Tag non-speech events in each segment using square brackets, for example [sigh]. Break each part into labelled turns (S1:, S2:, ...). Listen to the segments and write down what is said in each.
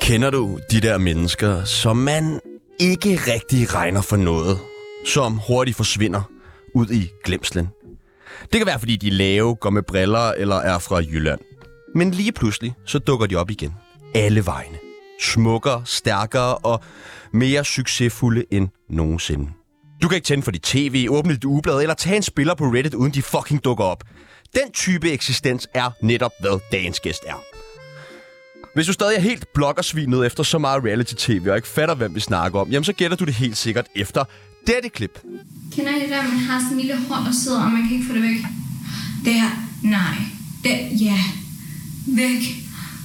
S1: Kender du de der mennesker, som man ikke rigtig regner for noget, som hurtigt forsvinder ud i glemslen? Det kan være, fordi de er lave, går med briller eller er fra Jylland. Men lige pludselig, så dukker de op igen. Alle vegne. Smukkere, stærkere og mere succesfulde end nogensinde. Du kan ikke tænde for dit tv, åbne dit ugeblad eller tage en spiller på Reddit, uden de fucking dukker op. Den type eksistens er netop, hvad dagens gæst er. Hvis du stadig er helt bloggersvinet efter så meget reality-tv og ikke fatter, hvem vi snakker om, jamen så gætter du det helt sikkert efter dette klip.
S2: Kender I det der, man har sådan en lille hånd, der sidder, og man kan ikke få det væk? Der, nej. Der, ja. Væk.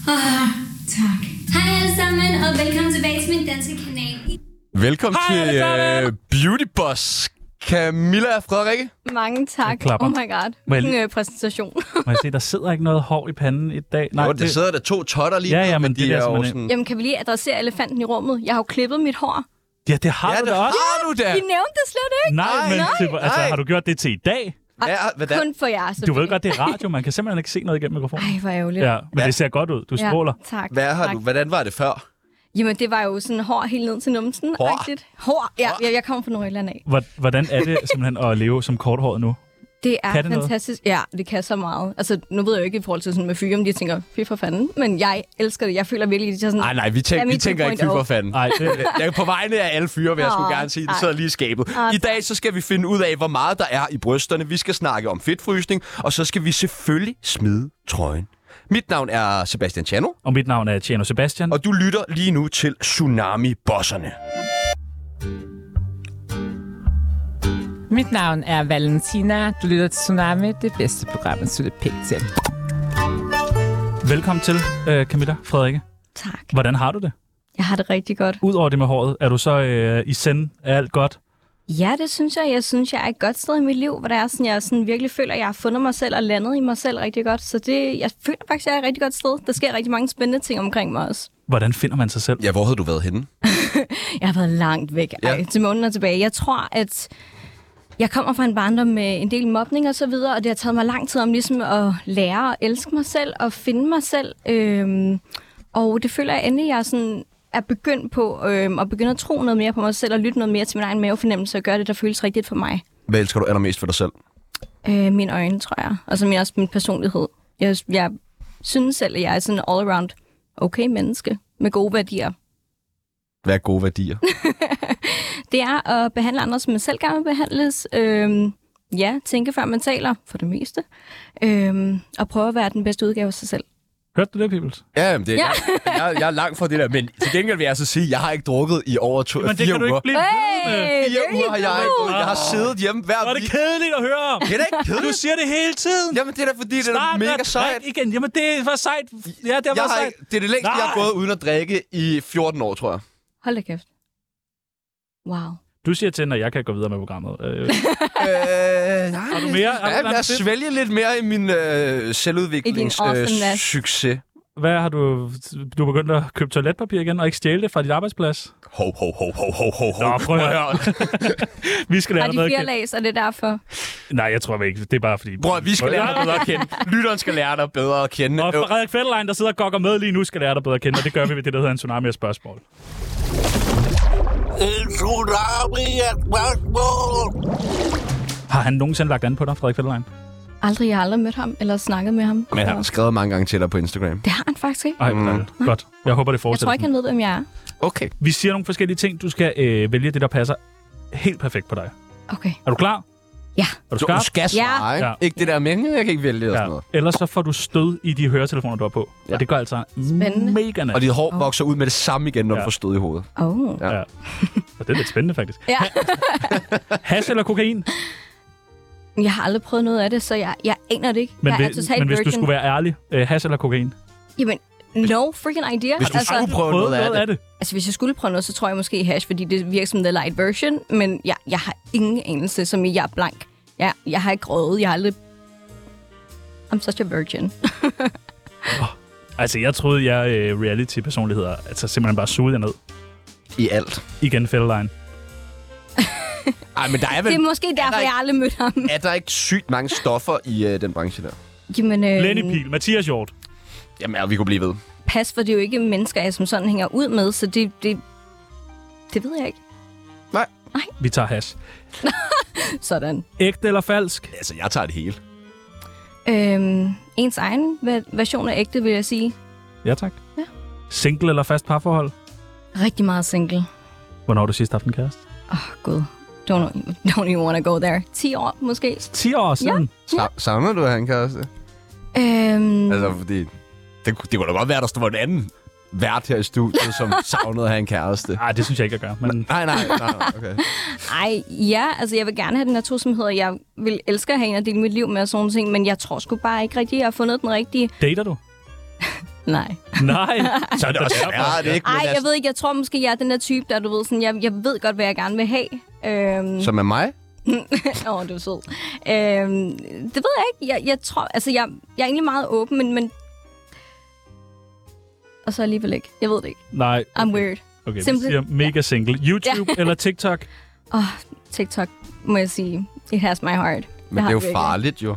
S2: Ah, tak. Hej alle sammen, og velkommen tilbage til min danske kanal.
S1: Velkommen
S3: Hej,
S1: til
S3: Alexander!
S1: uh, Beauty Boss, Camilla og Frederikke.
S4: Mange tak.
S3: klapper.
S4: Oh my god.
S3: Må jeg
S4: Hvilken øh, præsentation. [laughs]
S3: Må jeg se, der sidder ikke noget hår i panden i dag.
S1: Nej, jo, der det... sidder der to totter lige
S3: Ja,
S1: nu,
S3: ja, men det
S1: de
S3: der,
S1: er
S3: som
S1: jo
S3: man-
S1: sådan...
S4: Jamen, kan vi lige adressere elefanten i rummet? Jeg har jo klippet mit hår.
S3: ja, det har
S1: Ja,
S3: du
S1: det
S3: da også.
S1: har du da!
S4: Vi nævnte det slet ikke.
S3: Nej, men
S4: nej,
S3: til, altså,
S1: nej.
S3: har du gjort det til i dag?
S1: Ja, hvordan?
S4: Kun for jer,
S3: Du ved
S4: selvfølgelig.
S3: godt, det er radio. Man kan simpelthen ikke se noget igennem mikrofonen.
S4: Ej, hvor ærgerligt.
S3: Ja, men
S1: Hvad?
S3: det ser godt ud. Du stråler.
S4: Ja, tak.
S1: Hvad har
S4: tak.
S1: du? Hvordan var det før?
S4: Jamen, det var jo sådan hår helt ned til numsen.
S1: Hår?
S4: rigtigt. Hår. Ja, jeg, jeg kommer fra Nordjylland af.
S3: Hvor- Hvordan er det simpelthen at leve som korthåret nu?
S4: Det er
S3: Kan det noget?
S4: fantastisk. Ja, det kan så meget. Altså, nu ved jeg jo ikke i forhold til sådan med fyre, om de tænker, fy for fanden. Men jeg elsker det. Jeg føler virkelig, at jeg sådan...
S1: nej, vi,
S4: Ja, vi min tænker ikke 2.0. fy for
S1: fanden.
S3: Nej, det,
S1: Jeg er på vegne af alle fyre, vil jeg skulle
S4: Åh,
S1: gerne sige. Det
S4: ej.
S1: sidder lige i skabet. I dag så skal vi finde ud af, hvor meget der er i brysterne. Vi skal snakke om fedtfrysning, og så skal vi selvfølgelig smide trøjen. Mit navn er Sebastian Chano,
S3: og mit navn er Tjano Sebastian.
S1: og du lytter lige nu til Tsunami-bosserne.
S5: Mit navn er Valentina. Du lytter til Tsunami, det bedste program, at slutte pænt til.
S3: Velkommen til, øh, Camilla Frederikke.
S4: Tak.
S3: Hvordan har du det?
S4: Jeg har det rigtig godt.
S3: Udover det med håret, er du så øh, i send? Er alt godt?
S4: Ja, det synes jeg. Jeg synes, jeg er et godt sted i mit liv, hvor der er sådan, jeg sådan virkelig føler, at jeg har fundet mig selv og landet i mig selv rigtig godt. Så det, jeg føler faktisk, at jeg er et rigtig godt sted. Der sker rigtig mange spændende ting omkring mig også.
S3: Hvordan finder man sig selv?
S1: Ja, hvor havde du været henne?
S4: Jeg har været langt væk
S1: Ja.
S4: Ej, til måneder tilbage. Jeg tror, at jeg kommer fra en barndom med en del mobning og så videre, og det har taget mig lang tid om ligesom at lære at elske mig selv og finde mig selv. Øhm, og det føler jeg endelig, jeg sådan er begyndt på øhm, at begynde at tro noget mere på mig selv og lytte noget mere til min egen mavefornemmelse og gøre det, der føles rigtigt for mig.
S1: Hvad elsker du allermest for dig selv?
S4: Øh, mine øjne, tror jeg. Og så min, også min personlighed. Jeg, jeg synes selv, at jeg er sådan all around okay menneske med gode værdier.
S1: Hvad er gode værdier?
S4: Det er at behandle andre, som man selv gerne vil behandles. Øhm, ja, tænke før man taler, for det meste. Øhm, og prøve at være den bedste udgave af sig selv.
S3: Hørte du det, Pibels?
S1: ja, jamen, det er,
S4: Ja.
S1: jeg, jeg, er langt fra det der, men til gengæld vil jeg så sige, at jeg har ikke drukket i over to,
S3: Men det kan du ikke blive ved med.
S4: Hey,
S1: Fire uger har jeg ikke drukket. Jeg har siddet hjemme hver
S3: Hvor er det
S1: weekend.
S3: kedeligt at høre om.
S1: Det er da ikke
S3: Du
S1: kedeligt.
S3: siger det hele tiden.
S1: Jamen, det er da fordi, det er da
S3: Start med
S1: mega
S3: at
S1: sejt.
S3: drikke igen. Jamen, det var sejt. Ja, det
S1: Jeg har
S3: var sejt.
S1: ikke, det er det længste, Nej. Øh, jeg har
S3: Nej.
S1: gået uden at drikke i 14 år, tror jeg.
S4: Hold da kæft. Wow.
S3: Du siger til, når jeg kan gå videre med programmet. Øh,
S1: øh, nej,
S3: Har du mere? Har du
S1: Ja,
S3: noget
S1: jeg
S3: fedt?
S1: svælger lidt mere i min øh,
S4: I din awesomeness.
S1: selvudviklingssucces.
S3: hvad har du... Du er begyndt at købe toiletpapir igen, og ikke stjæle det fra dit arbejdsplads.
S1: Ho, ho, ho, ho, ho, ho, ho.
S3: Nå, prøv at høre. Vi skal lære
S4: Har
S3: dig bedre
S4: de
S3: at
S4: fire
S3: kende.
S4: lag, så er det derfor.
S3: Nej, jeg tror ikke. Det er bare fordi...
S1: Bror, vi skal lære dig bedre at kende. Lytteren skal lære dig bedre at kende.
S3: Og
S1: Øh,
S3: Frederik Fetterlein, der sidder og gokker med lige nu, skal lære dig bedre at kende, og det gør vi ved det, der hedder en tsunami af spørgsmål.
S1: Øh.
S6: En tsunami af spørgsmål.
S3: Har han nogensinde lagt an på dig, Frederik Fetterlein?
S4: Aldrig, jeg har aldrig mødt ham eller snakket med ham.
S1: Men Ah, han har skrevet mange gange til dig på Instagram.
S4: Det har han faktisk ikke.
S3: Ej, mm. godt. Jeg håber, det
S4: Jeg
S3: fortsætter.
S4: tror ikke, han ved, hvem jeg er.
S1: Okay.
S3: Vi siger nogle forskellige ting. Du skal øh, vælge det, der passer helt perfekt på dig.
S4: Okay.
S3: Er du klar?
S4: Ja.
S3: Er
S1: Du,
S3: du
S1: du
S3: skarp?
S1: skal svare, ikke?
S3: Ja.
S1: Ikke det der med, "Hm, jeg kan ikke vælge og sådan noget.
S3: Ellers så får du stød i de høretelefoner, du har på. Ja.
S1: Ja.
S3: Og det gør altså
S4: Spændende.
S3: mega
S1: Og
S3: nært.
S1: dit hår vokser ud med det samme igen, når du
S3: Ja.
S1: får stød i hovedet.
S4: Oh.
S1: Ja.
S3: Ja. Og det er lidt spændende, faktisk.
S4: Ja.
S1: [laughs]
S3: Hash eller kokain?
S4: Jeg har aldrig prøvet noget af det, så jeg, jeg aner det ikke.
S3: Men,
S4: jeg er
S3: hvis, men hvis du
S4: altså, virgin.
S3: skulle være ærlig, øh, hash eller kokain?
S4: Jamen, no freaking idea.
S1: Hvis du
S4: altså,
S1: skulle prøve noget af det.
S3: det.
S4: altså, hvis jeg skulle prøve noget, så tror jeg måske hash, fordi det virker som the light version. Men jeg, jeg har ingen anelse, som i, jeg er blank. Jeg, jeg har ikke røget. Jeg har aldrig... I'm such a virgin.
S3: Altså, jeg troede, jeg øh, reality-personligheder altså, simpelthen bare sugede jer ned.
S1: I alt.
S3: Igen Fetterlein.
S1: Ej, men der er
S4: Det
S1: vel...
S4: er måske derfor, jeg aldrig mødte ham.
S1: Er der ikke sygt mange stoffer i øh, den branche der?
S4: Jamen, øh,
S3: Lenny Pihl, Mathias Hjort.
S1: Jamen, ja, vi kunne blive ved.
S4: passe, for det er jo ikke mennesker, jeg som sådan hænger ud med, så det, det, det ved jeg ikke.
S3: Vi tager hash.
S4: Sådan.
S3: Ægte eller falsk?
S7: Altså, jeg tager det hele.
S4: Øhm, ens egen va- version af ægte, vil jeg sige.
S3: Ja, tak.
S4: Ja.
S3: Single eller fast parforhold?
S4: Rigtig meget single.
S3: Hvornår har du sidst haft en kæreste?
S4: Åh, oh, gud. Don't, don't even want to go there. 10 år, måske.
S3: 10 år siden.
S1: Sa- savner du at have en kæreste?
S4: Øhm,
S1: Altså, fordi
S7: Det, kunne- det kunne da godt være, der stod en anden
S1: vært her i studiet, som savnede at have en kæreste.
S3: Nej, det synes jeg ikke, jeg gør. Men
S1: Nej, nej, [laughs] nej, nej, okay.
S4: Ej, ja, altså jeg vil gerne have den her tosomhed, og jeg vil elske at have en at dele mit liv med og sådan nogle ting, men jeg tror sgu bare ikke rigtigt, jeg har fundet den rigtige.
S3: dater du?
S4: Nej.
S3: Nej.
S4: [laughs]
S3: Så er det også
S1: Ja, det er ikke, men
S4: Ej, jeg
S1: altså,
S4: ved ikke, jeg tror måske, jeg er den der type, der du ved sådan, jeg, jeg ved godt, hvad jeg gerne vil have. Øhm,
S1: som er mig?
S4: [laughs] Åh, oh, du er sød. Øhm, det ved jeg ikke. Jeg, jeg tror, altså jeg, jeg er egentlig meget åben, men, men... Og så alligevel ikke. Jeg ved det ikke.
S3: Nej.
S4: I'm weird.
S3: Okay, vi
S4: Simpelthen.
S3: siger mega single. YouTube eller TikTok?
S4: Åh, oh, TikTok, må jeg sige. It has my heart.
S1: Men det
S4: har
S1: er jo
S4: virkelig.
S1: farligt, jo.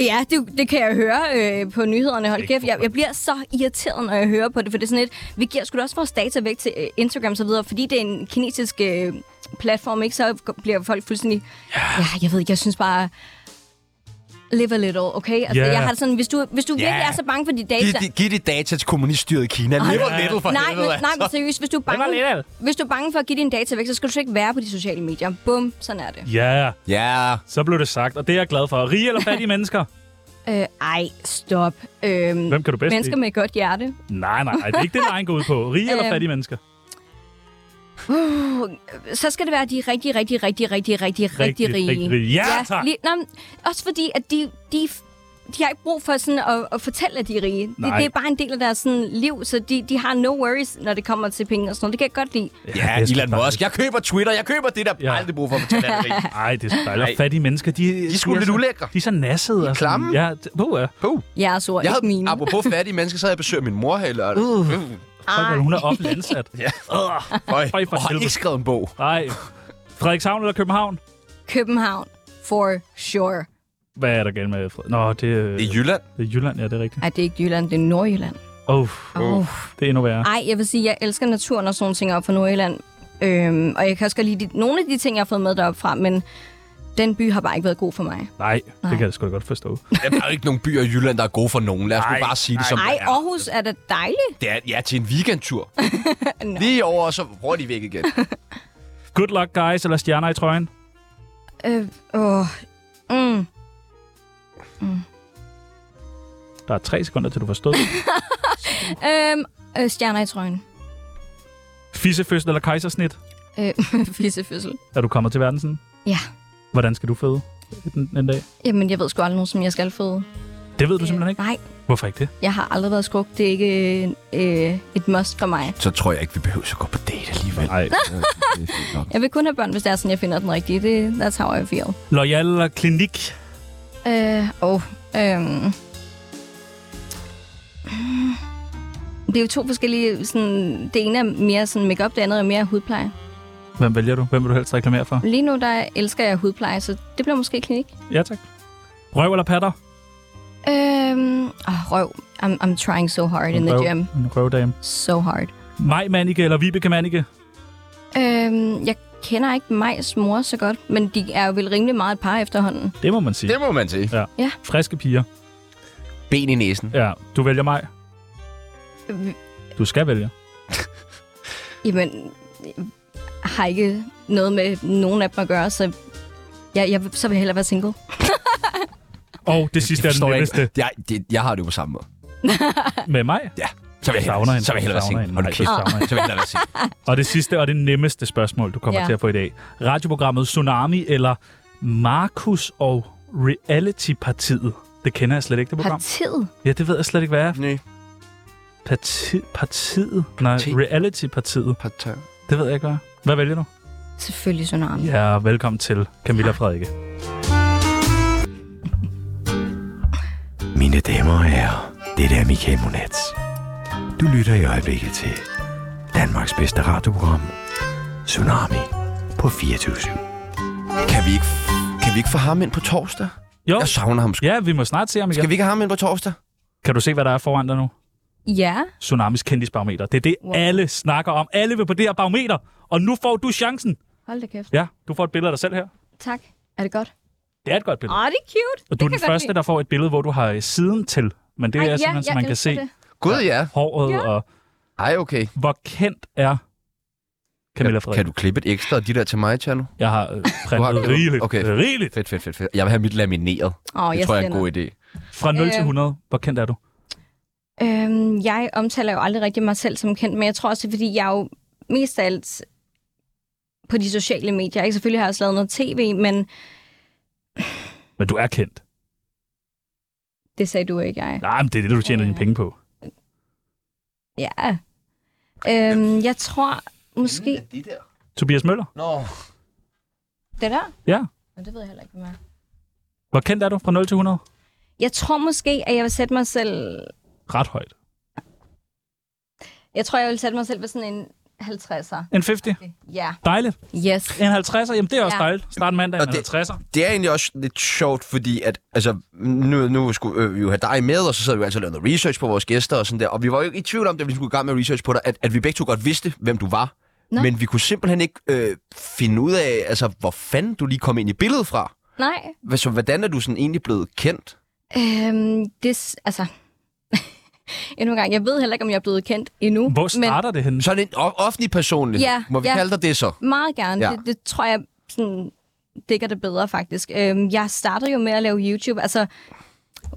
S4: Ja, det, det kan jeg høre øh, på nyhederne. Hold kæft, jeg, jeg bliver så irriteret, når jeg hører på det, for det er sådan lidt, vi giver sgu da også vores data væk til øh, Instagram og så videre, fordi det er en kinesisk øh, platform, ikke? Så bliver folk fuldstændig... Ja, jeg ved ikke, jeg synes bare... Live a little, okay? Altså,
S3: Ja.
S4: yeah. jeg har det sådan, hvis du, hvis du virkelig er så bange for de data...
S7: Giv, de- giv de data til kommuniststyret i Kina. Live a little for
S4: nej,
S7: helvede,
S4: men, nej, men
S7: altså.
S4: seriøst, hvis du, er
S3: Live a
S4: bange,
S3: little.
S4: hvis du er bange for at give dine data væk, så skal du slet ikke være på de sociale medier. Bum, sådan er det.
S3: Ja,
S7: Ja,
S3: så blev det sagt, og det er jeg glad for. Rige eller fattige mennesker?
S4: Øh, ej, stop. Øhm,
S3: Hvem kan du bedst
S4: Mennesker
S3: lide?
S4: med et godt hjerte.
S3: Nej, nej, nej, det er ikke det, lejen går ud på. Rige eller
S4: Øhm.
S3: fattige mennesker?
S4: så skal det være de rigtig, rigtig, rigtig, rigtig, rigtig,
S3: Rigtig,
S4: rigtig rige.
S3: rigtig rige. Ja, tak.
S4: Lige, nå, men også fordi, at de, de, de har ikke brug for sådan at, at fortælle, at de er rige. Det,
S3: Nej.
S4: det er bare en del af deres sådan, liv, så de, de har no worries, når det kommer til penge og sådan noget. Det kan jeg godt lide.
S7: ja,
S3: det er sgu
S7: Elon
S3: dejligt.
S7: Musk. Jeg køber Twitter. Jeg køber det, der
S3: Ja.
S7: ja. aldrig brug for at fortælle alt det.
S3: Ej, det er så dejligt. Og Fattige mennesker, de, de
S1: er sgu lidt
S3: så,
S1: ulækre.
S3: De er så nassede. og sådan.
S1: klamme.
S3: Ja, t- puh, ja.
S4: Jeres ord,
S1: Jeg
S4: ikke
S1: havde,
S4: mine.
S1: apropos fattige mennesker, så havde jeg besøg min mor her i lørdag.
S3: Uh.
S1: Uh.
S3: Folk, er- hun er offentlig ansat.
S1: Ja.
S3: Åh,
S1: Øj,
S3: Føj for
S1: og har
S3: helvede.
S1: ikke skrevet en bog.
S3: Nej. Frederikshavn eller København?
S4: København, for sure.
S3: Hvad er der galt med Fred? Nå, det, øh,
S1: I Jylland?
S3: det er Jylland, ja, det er rigtigt.
S4: Ej, det er ikke Jylland, det er Nordjylland.
S3: Oh,
S4: Åh. Oh.
S3: det er endnu værre.
S4: Ej, jeg vil sige, jeg elsker naturen og sådan nogle ting op fra Nordjylland. Øhm, og jeg kan også godt lide de, nogle af de ting, jeg har fået med deroppe fra, men den by har bare ikke været god for mig.
S3: Nej, det
S4: Nej.
S3: kan jeg sgu da godt forstå.
S7: Der er jo ikke nogen byer i Jylland, der er gode for nogen. Lad os nu
S3: Nej,
S7: bare sige det, som
S4: Ej,
S7: det er.
S4: Aarhus er da dejligt.
S7: Det er. Ja, til en
S3: [laughs]
S7: weekendtur. Lige over, og så hurtigt væk igen.
S3: Good luck, guys, eller stjerner i trøjen?
S4: Øh, åh. Mm.
S3: Der er tre sekunder, til du forstod.
S4: Øhm, øh, stjerner i trøjen.
S3: Fissefødsel eller kejsersnit?
S4: Øh, [laughs] fissefødsel.
S3: Er du kommet til verden sådan?
S4: Ja.
S3: Hvordan skal du føde en, en dag?
S4: Jamen, jeg ved sgu aldrig nogen, som jeg skal føde.
S3: Det ved du simpelthen ikke.
S4: Nej,
S3: Hvorfor ikke det?
S4: jeg har aldrig været skruk. Det er ikke øh, et must for mig.
S7: Så tror jeg ikke, vi behøver at gå på date alligevel.
S3: Nej.
S4: Jeg vil kun have børn, hvis det er sådan, jeg finder den rigtige. Det, that's how I feel.
S3: Loyal eller klinik?
S4: Øh, og, øhm. Mm. Det er jo to forskellige, sådan, det ene er mere sådan makeup, det andet er mere hudpleje.
S3: Hvem vælger du? Hvem vil du helst reklamere for?
S4: Lige nu, der elsker jeg hudpleje, så det bliver måske klinik.
S3: Ja, tak. Røv eller patter?
S4: Øhm, oh, røv. I'm, I'm trying so hard in the
S3: Røv-
S4: gym.
S3: En røvdame.
S4: So hard.
S3: Maj Manike eller Vibeke Manike?
S4: Øhm, jeg kender ikke Majs mor så godt, men de er jo vel rimelig meget et par efterhånden.
S3: Det må man sige.
S1: Det må man sige.
S3: Friske piger.
S1: Ben i næsen.
S3: Ja, du vælger mig.
S4: Øh,
S3: Du skal vælge.
S4: Jamen, jeg har ikke noget med nogen af dem at gøre, så jeg, jeg så vil jeg hellere være single.
S3: Og det sidste er
S7: forstår
S3: den
S7: jeg
S3: nemmeste.
S7: ikke. Jeg, det, jeg har det jo på samme måde.
S3: Med mig?
S7: Ja. Så vil jeg
S3: Savner
S7: hellere,
S3: hende.
S7: så vil jeg hellere
S3: Savner
S7: sige.
S3: hende.
S7: Hold
S3: Nej,
S7: nu
S3: du
S7: kæft.
S3: savner hende.
S7: Så vil jeg hellere sige.
S3: Og det sidste og det nemmeste spørgsmål, du kommer
S4: Ja.
S3: til at få i dag. Radioprogrammet Tsunami eller Markus og Reality-partiet? Det kender jeg slet ikke, det program.
S4: Partiet?
S3: Ja, det ved jeg slet ikke, hvad er.
S1: Nej.
S3: Parti- partiet? Nej,
S1: Parti.
S3: Reality-partiet.
S1: Partag.
S3: Det ved jeg ikke, hvad er. Hvad vælger du?
S4: Selvfølgelig Tsunami. Yeah.
S3: Ja, velkommen til Camilla og Frederikke.
S8: Mine damer og herrer, det er Michael Monats. Du lytter i øjeblikket til Danmarks bedste radioprogram, Tsunami på 24
S1: Kan vi ikke, kan vi ikke få ham ind på torsdag?
S3: Jo,
S1: Jeg savner ham sgu.
S3: ja, vi må snart se ham igen.
S1: Skal vi ikke have ham ind på torsdag?
S3: Kan du se, hvad der er foran dig nu?
S4: Ja,
S3: Tsunamis kendisbarometer. Det er det,
S4: Wow.
S3: wow. alle snakker om. Alle vil på det her barometer, og nu får du chancen.
S4: hold da kæft.
S3: Ja, du får et billede af dig selv her.
S4: Tak. Er det godt?
S3: Det er et godt
S4: Åh,
S3: billede.
S4: oh, det er cute.
S3: Og du er
S4: det
S3: den første, der får et billede, hvor du har øh, siden til. Men det er simpelthen, så man kan se det.
S1: Gud, ja.
S3: håret
S4: Ja.
S3: ja. og...
S1: Ej, okay.
S3: Hvor kendt er Camilla Frederik?
S1: Kan du klippe et ekstra af de der til mig, Chano?
S3: Jeg har øh, printet
S1: gjort-
S3: rigeligt.
S1: okay.
S3: Okay. rigeligt.
S1: Fedt, fedt, fedt, fedt. Jeg vil have mit lamineret.
S4: Åh, oh,
S1: det
S4: jeg
S1: tror jeg er en
S4: spænder.
S1: god idé.
S3: Fra 0 til
S4: Øh.
S3: 100, hvor kendt er du?
S4: Øhm, jeg omtaler jo aldrig rigtig mig selv som kendt, men jeg tror også, det er, fordi jeg er jo mest af alt på de sociale medier. Ikke? Selvfølgelig har jeg også lavet noget tv, men
S3: Men du er kendt.
S4: det sagde du ikke, jeg.
S3: Nej, men det er det, du tjener
S4: Øh.
S3: dine penge på.
S4: Ja. Øhm, jeg tror måske...
S3: Tobias Møller,
S4: Det der?
S3: Ja.
S4: Men det ved jeg heller ikke, hvad er.
S3: hvor kendt er du fra 0 til 100?
S4: Jeg tror måske, at jeg vil sætte mig selv...
S3: Ret højt.
S4: Jeg tror, jeg vil sætte mig selv ved sådan en 50'er.
S3: En 50.
S4: Ja.
S3: Dejligt.
S4: Yes.
S3: En 50'er, jamen det er også
S4: Ja.
S3: dejligt. Start mandag
S7: Og
S3: en
S7: det-
S3: 50'er.
S7: Det er egentlig også lidt sjovt, fordi at, altså, nu, nu skulle øh, vi jo have dig med, og så sad vi jo altid og lavede noget research på vores gæster og sådan der. Og vi var jo ikke i tvivl om, da vi skulle i gang med research på dig, at, at vi begge to godt vidste, hvem du var.
S4: Nå.
S7: Nå. Men vi kunne simpelthen ikke øh, finde ud af, altså, hvor fanden du lige kom ind i billedet fra.
S4: Nej.
S7: Hvad- Så hvordan er du sådan egentlig blevet kendt?
S4: Øhm, det... s- Altså... [laughs] endnu en gang. Jeg ved heller ikke, om jeg er blevet kendt endnu.
S3: Hvor starter det henne?
S7: Sådan en o- offentlig personlig.
S4: Ja,
S7: Må vi
S4: ja.
S7: kalde dig det så?
S4: Men meget gerne. Ja.
S7: Ja.
S4: Det, det tror jeg sådan, dækker det bedre, faktisk. Øhm, jeg startede jo med at lave YouTube. Altså,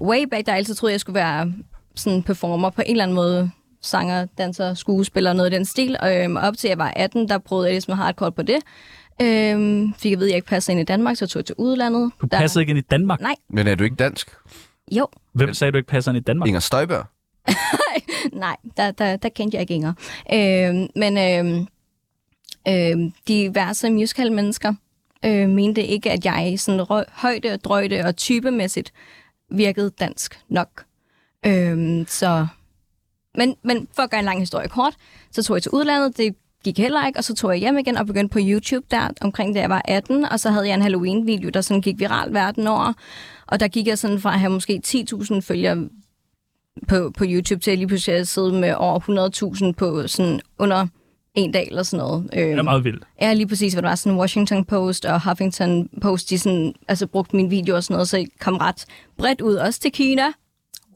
S4: way back, der har jeg altid troede, jeg skulle være sådan performer på en eller anden måde. Sanger, danser, skuespiller, noget i den stil. Øhm, op til jeg var 18, der prøvede jeg ligesom hardcore på det. Øhm, fik at vide, at jeg ikke passede ind i Danmark, så tog jeg til udlandet.
S3: Du passede ikke ind i Danmark.
S4: Nej.
S1: Men er du ikke dansk?
S4: Der, jo,
S3: Hvem sagde du ikke passer ind i Danmark?
S1: Inger Støjberg?
S4: nej, der, der, der kendte jeg ikke Inger. Øhm, men øhm, øhm, diverse musical-mennesker øh, mente ikke, at jeg sådan rø- højde og drøjde og typemæssigt virkede dansk nok. Øhm, så... Men, men for at gøre en lang historie kort, så tog jeg til udlandet, det gik heller ikke, og så tog jeg hjem igen og begyndte på YouTube der, omkring da jeg var 18, og så havde jeg en Halloween-video, der sådan gik viral verden over, og der gik jeg sådan fra at have måske 10.000 følgere på, på YouTube til at lige pludselig at sidde med over 100.000 på sådan under en dag eller sådan noget.
S3: Det er
S4: Øhm,
S3: meget vildt.
S4: Ja, lige præcis, hvad det var. Sådan Washington Post og Huffington Post, de sådan, altså, brugte min video og sådan noget, så jeg kom ret bredt ud, også til Kina.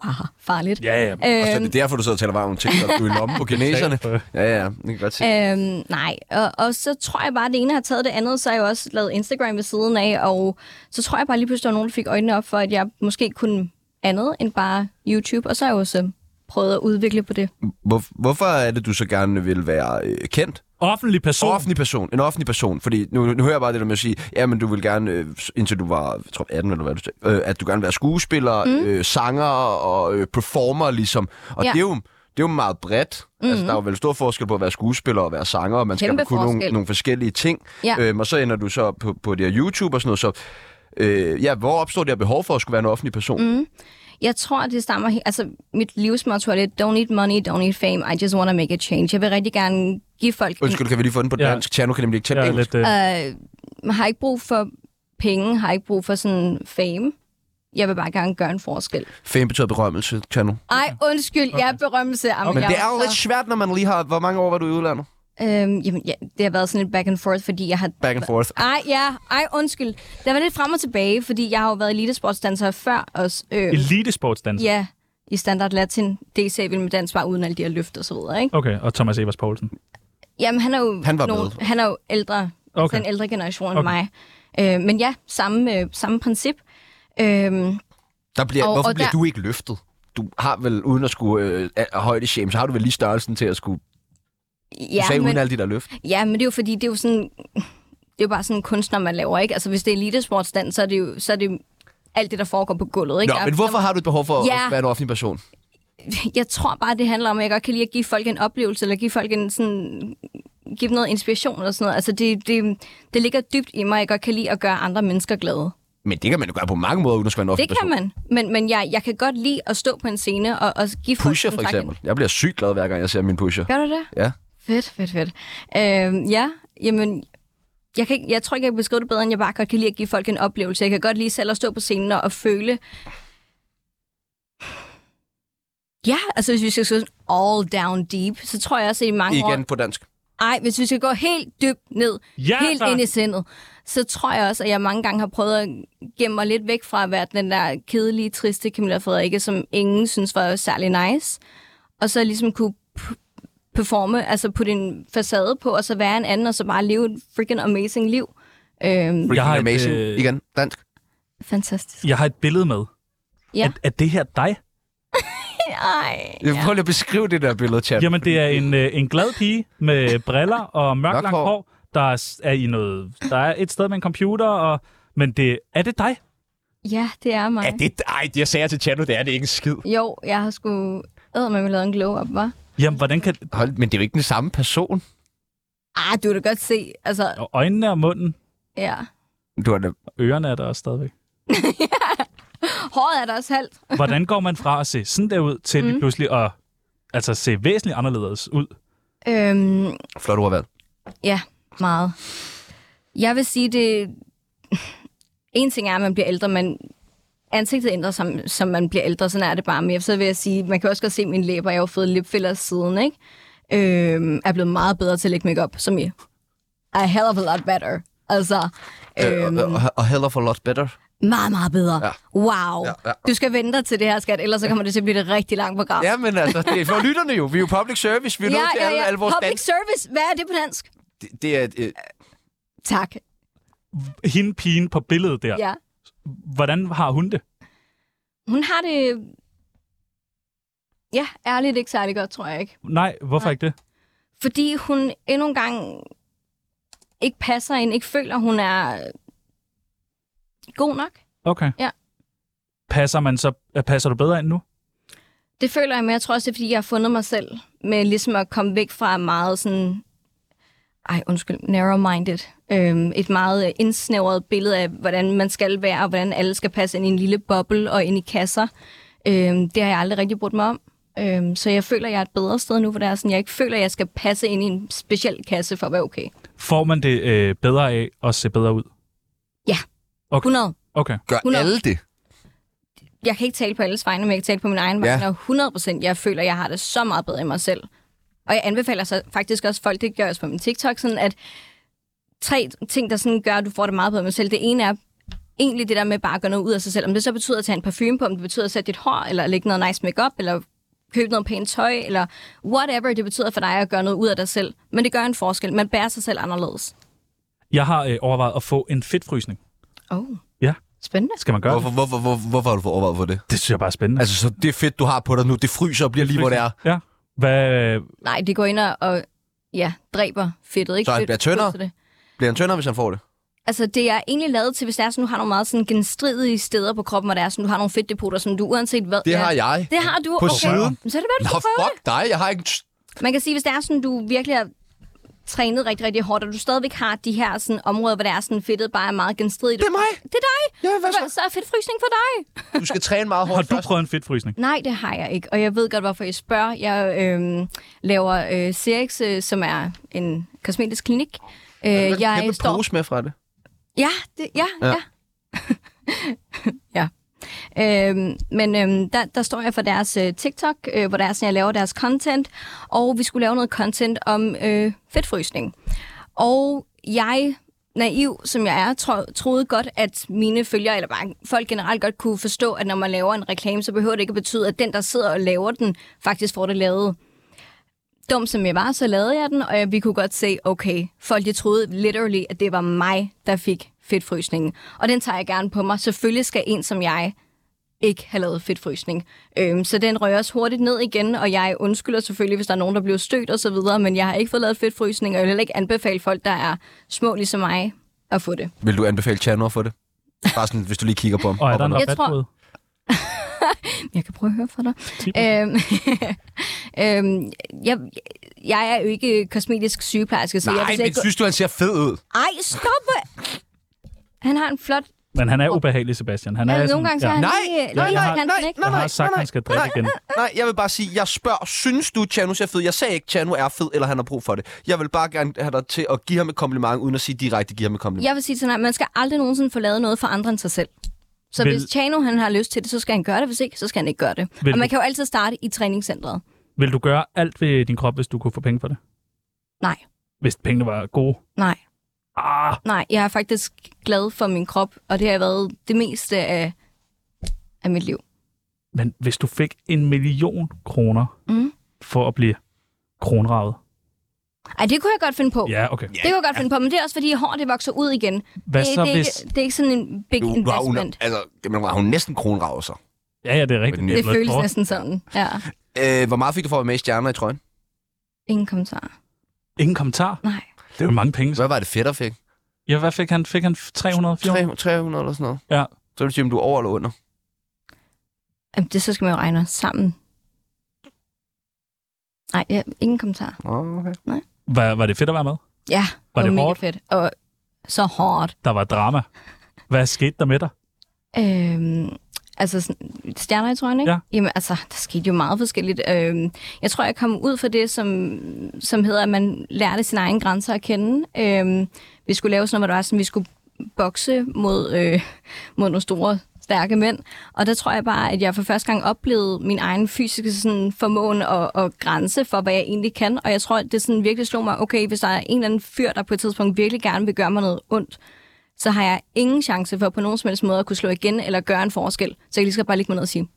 S4: Wow, farligt.
S3: Ja, ja.
S1: Og så er
S4: Øhm,
S1: det derfor, du sidder og taler bare om ting, der du er i lommen på kineserne. Ja, ja, det kan jeg godt se.
S4: Øhm, nej, og, og så tror jeg bare, at det ene har taget det andet, så har jeg jo også lavet Instagram ved siden af, og så tror jeg bare lige pludselig, der var nogen, der fik øjnene op for, at jeg måske kunne andet end bare YouTube, og så har jeg jo også øh, prøvet at udvikle på det.
S1: Hvor, hvorfor er det, du så gerne vil være øh, kendt?
S3: Offentlig person.
S1: Offentlig person. En offentlig person. Fordi nu, nu hører jeg bare det der med at sige, ja, men du vil gerne, øh, indtil du var jeg tror, 18 eller hvad du sagde, øh, at du gerne vil være skuespiller, mm. øh, sanger og øh, performer ligesom. Og ja.
S4: Ja. Mhm.
S1: det, er jo, det er jo meget bredt. Mm. Altså, der er jo vel stor forskel på at være skuespiller og være sanger, og man skal
S4: Kæmpe
S1: vel kunne nogle,
S4: forskel.
S1: nogle forskellige ting.
S4: Ja.
S1: Øhm, og så ender du så på, på det her YouTube og sådan noget. Så, øh, ja, hvor opstår det her behov for at skulle være en offentlig person? Mm.
S4: Jeg tror, det stammer... he- Altså, mit livsmotto er lidt, don't need money, don't need fame, I just want to make a change. Jeg vil rigtig gerne give folk... en-
S1: Undskyld, kan vi lige få den på
S3: Ja.
S1: dansk? Tjerno kan nemlig ikke tale
S3: Jeg er
S1: engelsk.
S3: lidt, øh,
S4: øh, man har ikke brug for penge, har ikke brug for sådan fame. Jeg vil bare gerne gøre en forskel.
S1: Fame betyder berømmelse, Tjerno.
S4: Ej, undskyld, okay. jeg er berømmelse. Jamen,
S1: Men
S4: jeg
S1: det er jo
S4: så-
S1: lidt svært, når man lige har... Hvor mange år var du i udlandet?
S4: Øhm, jamen, ja, det har været sådan lidt back and forth, fordi jeg har...
S1: Back and forth.
S4: Ej, ja, ej, undskyld. Der var lidt frem og tilbage, fordi jeg har jo været elitesportsdanser før også. Øh,
S3: elitesportsdanser.
S4: ja, i standard latin, DC vil med dans bare uden alle de her løft og så videre, ikke?
S3: Okay, og Thomas Evers Poulsen.
S4: Jamen, han er jo,
S1: Han var med.
S4: han er jo ældre, okay.
S3: Okay.
S4: den ældre generation okay. end
S3: Okay.
S4: mig. Øh, men ja, samme, øh, samme princip. Øh,
S1: Der bliver,
S4: Og-
S1: og, hvorfor
S4: og
S1: og bliver
S4: der-
S1: der... du ikke løftet? Du har vel, uden at skulle øh, a- højde shame, så har du vel lige størrelsen til at skulle... Ja,
S4: ja,
S1: du sagde,
S4: men,
S1: uden alle de der løft.
S4: Ja, men det er jo fordi, det er jo sådan... Det er jo bare sådan en kunstner, man laver, ikke? Altså, hvis det er elitesportsdans, så er det jo så er det jo alt det, der foregår på gulvet, ikke?
S1: Nå,
S4: Jeg-
S1: men hvorfor har du et behov for
S4: Ja.
S1: ja. at være en offentlig person?
S4: Jeg tror bare, det handler om, at jeg godt kan lide at give folk en oplevelse, eller give folk en sådan... Give dem noget inspiration eller sådan noget. Altså, det, det, det ligger dybt i mig, at jeg godt kan lide at gøre andre mennesker glade.
S1: Men det kan man jo gøre på mange måder, uden at skulle være en
S4: Det
S1: offentlig
S4: kan
S1: person.
S4: man. Men, men jeg, jeg kan godt lide at stå på en scene og, og give folk...
S1: Pusher
S4: en
S1: for
S4: tak.
S1: eksempel. Jeg bliver sygt glad, hver gang jeg ser min pusher.
S4: Gør du det?
S1: Ja.
S4: Fedt, fedt, fedt. Øhm, ja, jamen, jeg, kan ikke, jeg tror ikke, jeg kan beskrive det bedre, end jeg bare godt kan lide at give folk en oplevelse. Jeg kan godt lide selv at stå på scenen og, og føle... Ja, altså hvis vi skal sådan all down deep, så tror jeg også i mange
S1: Igen
S4: år...
S1: på dansk.
S4: Ej, hvis vi skal gå helt dybt ned,
S3: Ja,
S4: helt
S3: tak.
S4: ind i sindet, så tror jeg også, at jeg mange gange har prøvet at gemme mig lidt væk fra at være den der kedelige, triste Camilla Frederikke, som ingen synes var særlig nice. Og så ligesom kunne p- performe, altså putte en facade på, og så være en anden, og så bare leve et freaking amazing liv. Øhm,
S1: Freaking
S3: har et,
S1: amazing.
S3: øh,
S1: Igen, dansk.
S4: fantastisk.
S3: Jeg har et billede med.
S4: Ja.
S3: Er, er det her dig?
S4: Ej.
S1: Ja. Prøv lige at beskrive det der billede, chat.
S3: Jamen, det er en, øh, en glad pige med briller og mørkt
S1: Mørkt
S3: langt
S1: hår.
S3: hår, der er, er i noget... Der er et sted med en computer, og... Men det, er det dig?
S4: Ja, det er mig.
S9: Er det, ej, det jeg sagde til Chano, det er det ikke en skid.
S4: Jo, jeg har sgu... Æder med, lavet en glow up, hva'?
S3: Jamen, hvordan kan...
S1: Hold, men det er jo ikke den samme person.
S4: Ah, du kan da godt se. Altså,
S3: Og øjnene og munden,
S4: ja.
S1: Du har da...
S3: og ørerne er der også stadigvæk.
S4: Håret er der også halvt.
S3: Hvordan går man fra at se sådan der ud, til mm. pludselig at altså, se væsentligt anderledes ud?
S4: Øhm,
S1: Flot ordvalg.
S4: Ja, meget. Jeg vil sige, det... En ting er, at man bliver ældre, men ansigtet ændrer sig, som man bliver ældre. Sådan er det bare. Men jeg- så vil jeg sige, man kan også godt se mine læber. Jeg har jo fået lipfiller siden, ikke? Øhm, er blevet meget bedre til at lægge makeup, som jeg. A hell of a lot better. Altså, øhm,
S1: Øhm. Og, og heller for lot better.
S4: meget, meget bedre. Ja. Wow. Ja,
S1: ja.
S4: ja. Du skal vente dig til det her, skat, ellers så kommer det til at blive et rigtig langt
S1: [laughs]
S4: program.
S1: Ja, men altså, det er for lytterne jo. Vi er jo public service. Vi er ja, nødt til ja, ja. alle, alle vores
S4: Public
S1: dansk.
S4: service, hvad er det på dansk?
S1: Det, det er... Øh,
S4: Tak.
S3: Hende pigen på billedet der,
S4: Ja.
S3: hvordan har hun det?
S4: Hun har det... Ja, ærligt ikke særlig godt, tror jeg ikke.
S3: Nej, hvorfor Nej. ikke det?
S4: Fordi hun endnu en gang ikke passer ind, ikke føler, hun er god nok.
S3: Okay.
S4: Ja.
S3: Passer, man så, øh, passer du bedre ind nu?
S4: Det føler jeg, men jeg tror også, det er, fordi jeg har fundet mig selv med ligesom at komme væk fra meget sådan... Ej, undskyld, narrow-minded. Øhm, et meget øh, indsnævret billede af, hvordan man skal være, og hvordan alle skal passe ind i en lille boble og ind i kasser. Øhm, det har jeg aldrig rigtig brugt mig om. Øhm, så jeg føler, jeg er et bedre sted nu, hvor det er sådan, jeg ikke føler, jeg skal passe ind i en speciel kasse for at være okay.
S3: Får man det øh, bedre af at se bedre ud?
S4: Ja,
S3: Okay.
S4: 100.
S3: Okay.
S1: gør
S4: 100.
S1: alle det?
S4: jeg kan ikke tale på alles vegne, men jeg kan tale på min egen
S1: Ja.
S4: ja. vegne, og 100 procent, jeg føler, jeg har det så meget bedre i mig selv. Og jeg anbefaler så faktisk også folk, det gør jeg også på min TikTok, sådan at tre ting, der sådan gør, at du får det meget bedre med dig selv. Det ene er egentlig det der med bare at gøre noget ud af sig selv. Om det så betyder at tage en parfume på, om det betyder at sætte dit hår, eller lægge noget nice makeup, eller købe noget pænt tøj, eller whatever det betyder for dig at gøre noget ud af dig selv. Men det gør en forskel. Man bærer sig selv anderledes.
S3: Jeg har øh, overvejet at få en fedtfrysning.
S4: Oh,
S3: Ja.
S4: spændende.
S3: Skal man gøre
S1: Hvorfor, hvorfor, hvorfor, hvorfor har du fået overvejet for det?
S3: det? Det synes jeg bare er spændende.
S1: Altså, så det fedt, du har på dig nu, det fryser og bliver lige, hvor det er.
S3: Ja. Hvad,
S4: Nej, det går ind og, og ja, dræber fedtet. Ikke?
S1: Så han
S4: Fedt-
S1: bliver tyndere?
S4: fedt til det.
S1: Bliver han tyndere, hvis han får det?
S4: Altså, det er egentlig lavet til, hvis det er sådan, du har nogle meget sådan genstridige steder på kroppen, og det er sådan, du har nogle fedtdepoter, som du uanset hvad...
S1: Det
S4: Ja.
S1: har jeg.
S4: Det har du,
S1: På
S4: okay.
S1: siden.
S4: Men Så er det værd,
S1: Nå,
S4: du skal prøve
S1: fuck dig. Jeg har ikke... en st-
S4: det. Man kan sige, hvis det er sådan, du virkelig har trænet rigtig, rigtig hårdt, og du stadigvæk har de her sådan, områder, hvor det er sådan, fedtet bare er meget genstridigt.
S1: Det er mig.
S4: Det er dig!
S1: Ja, hvad så?
S4: Så er fedtfrysning for dig!
S1: Du skal træne meget
S3: har
S1: hårdt
S3: du
S1: først.
S3: prøvet en fedtfrysning?
S4: Nej, det har jeg ikke, og jeg ved godt, hvorfor I spørger. Jeg øh, laver øh, Cerex, øh, som er en kosmetisk klinik. Øh,
S1: Du har en
S4: jeg
S1: kæmpe
S4: står
S1: pose med fra det.
S4: Ja, det, ja, ja. [laughs] ja. Øhm, men øhm, der, der står jeg for deres øh, TikTok, øh, hvor der er sådan, jeg laver deres content, og vi skulle lave noget content om øh, fedtfrysning. Og jeg, naiv som jeg er, tro, troede godt, at mine følgere, eller bare folk generelt godt kunne forstå, at når man laver en reklame, så behøver det ikke at betyde, at den, der sidder og laver den, faktisk får det lavet dum som jeg var, så lavede jeg den, og jeg, vi kunne godt se, okay, folk de troede literally, at det var mig, der fik fedtfrysningen. Og den tager jeg gerne på mig. Selvfølgelig skal en som jeg ikke have lavet fedtfrysning. Øhm, så den rører også hurtigt ned igen, og jeg undskylder selvfølgelig, hvis der er nogen, der bliver stødt og så videre, men jeg har ikke fået lavet fedtfrysning, og jeg vil heller ikke anbefale folk, der er små ligesom mig, at få det.
S1: Vil du anbefale Chano at få det? Bare sådan, hvis du lige kigger på ham.
S3: Og er der en
S4: Jeg
S3: rabat
S4: tror-
S3: på det?
S4: Jeg kan prøve at høre fra dig.
S3: Ti procent.
S4: Øhm, [laughs] øhm, jeg, jeg er jo ikke kosmetisk sygeplejerske, så jeg
S1: Nej,
S4: vil slet
S1: men
S4: ikke...
S1: synes du, han ser fed ud?
S4: Ej, stop! Han har en flot
S3: Men han er ubehagelig, Sebastian. Han er
S4: Ja,
S3: sådan,
S4: nogle gange så er han
S1: Nej,
S4: lige...
S3: Ja, jeg har-
S4: han
S1: nej,
S4: sådan ikke.
S3: Jeg
S1: nej,
S3: har sagt,
S1: nej,
S3: han skal drikke igen.
S1: Nej, jeg vil bare sige, jeg spørger, synes du, Chano ser fed? Jeg sagde ikke, Chano er fed, eller han har brug for det. Jeg vil bare gerne have dig til at give ham et kompliment, uden at sige direkte, give ham et kompliment.
S4: Jeg vil sige sådan her, man skal aldrig nogensinde få lavet noget for andre end sig selv. Så
S3: Vil-
S4: Vil... hvis Chano han har lyst til det, så skal han gøre det. Hvis ikke, så skal han ikke gøre det.
S3: Vil
S4: Vil... Og man
S3: du-
S4: kan jo altid starte i træningscentret.
S3: Vil du gøre alt ved din krop, hvis du kunne få penge for det?
S4: Nej,
S3: Hvis pengene var gode?
S4: nej,
S3: Ah,
S4: nej. Jeg er faktisk glad for min krop, og det har været det meste af, af mit liv.
S3: men hvis du fik en million kroner
S4: Mm.
S3: for at blive kronravet.
S4: Ej, det kunne jeg godt finde på.
S3: Ja, okay.
S4: Det kunne jeg godt finde på, men det er også fordi hår, det vokser ud igen.
S3: Hvad
S4: det,
S3: så
S4: det, er
S3: hvis...
S4: ikke, det er ikke sådan en big
S1: Nu, nu har hun,
S4: investment.
S1: altså, jamen, nu har hun næsten kronravet sig.
S3: Ja, ja, det er rigtigt.
S1: Men
S4: Det
S3: blevet
S4: føles
S3: kort.
S4: næsten sådan. Ja,
S1: Øh, hvor meget fik du for at være med i stjerner i trøjen?
S4: ingen kommentar.
S3: Ingen kommentar.
S4: Nej.
S3: Det er jo mange penge.
S1: Hvad var det fedt, der fik?
S3: Ja, hvad fik han? Fik han 300? 400?
S1: 300, 300 eller sådan noget.
S3: Ja.
S1: Så vil du sige, om du er over eller under.
S4: Jamen, det så skal man jo regne sammen. Nej, ja, ingen kommentar.
S1: Nå, okay.
S3: Var, var det fedt at være med?
S4: Ja,
S3: Var det
S4: mega
S3: hårdt?
S4: fedt. Og så hårdt.
S3: Der var drama. Hvad skete der med dig?
S4: Øhm, altså, sådan- stjerner i trøjen, ikke?
S3: Ja.
S4: Jamen, altså, der skete jo meget forskelligt. Øhm, jeg tror, jeg kom ud for det, som, som hedder, at man lærte sine egne grænser at kende. Øhm, vi skulle lave sådan noget, hvor det var sådan, vi skulle bokse mod, øh, mod nogle store stærke mænd. Og der tror jeg bare, at jeg for første gang oplevede min egen fysiske sådan, formåen og, og grænse for, hvad jeg egentlig kan. Og jeg tror, at det sådan virkelig slog mig, okay, hvis der er en eller anden fyr, der på et tidspunkt virkelig gerne vil gøre mig noget ondt, så har jeg ingen chance for på nogen som helst måde at kunne slå igen eller gøre en forskel. Så jeg lige skal bare ligge mig ned og sige,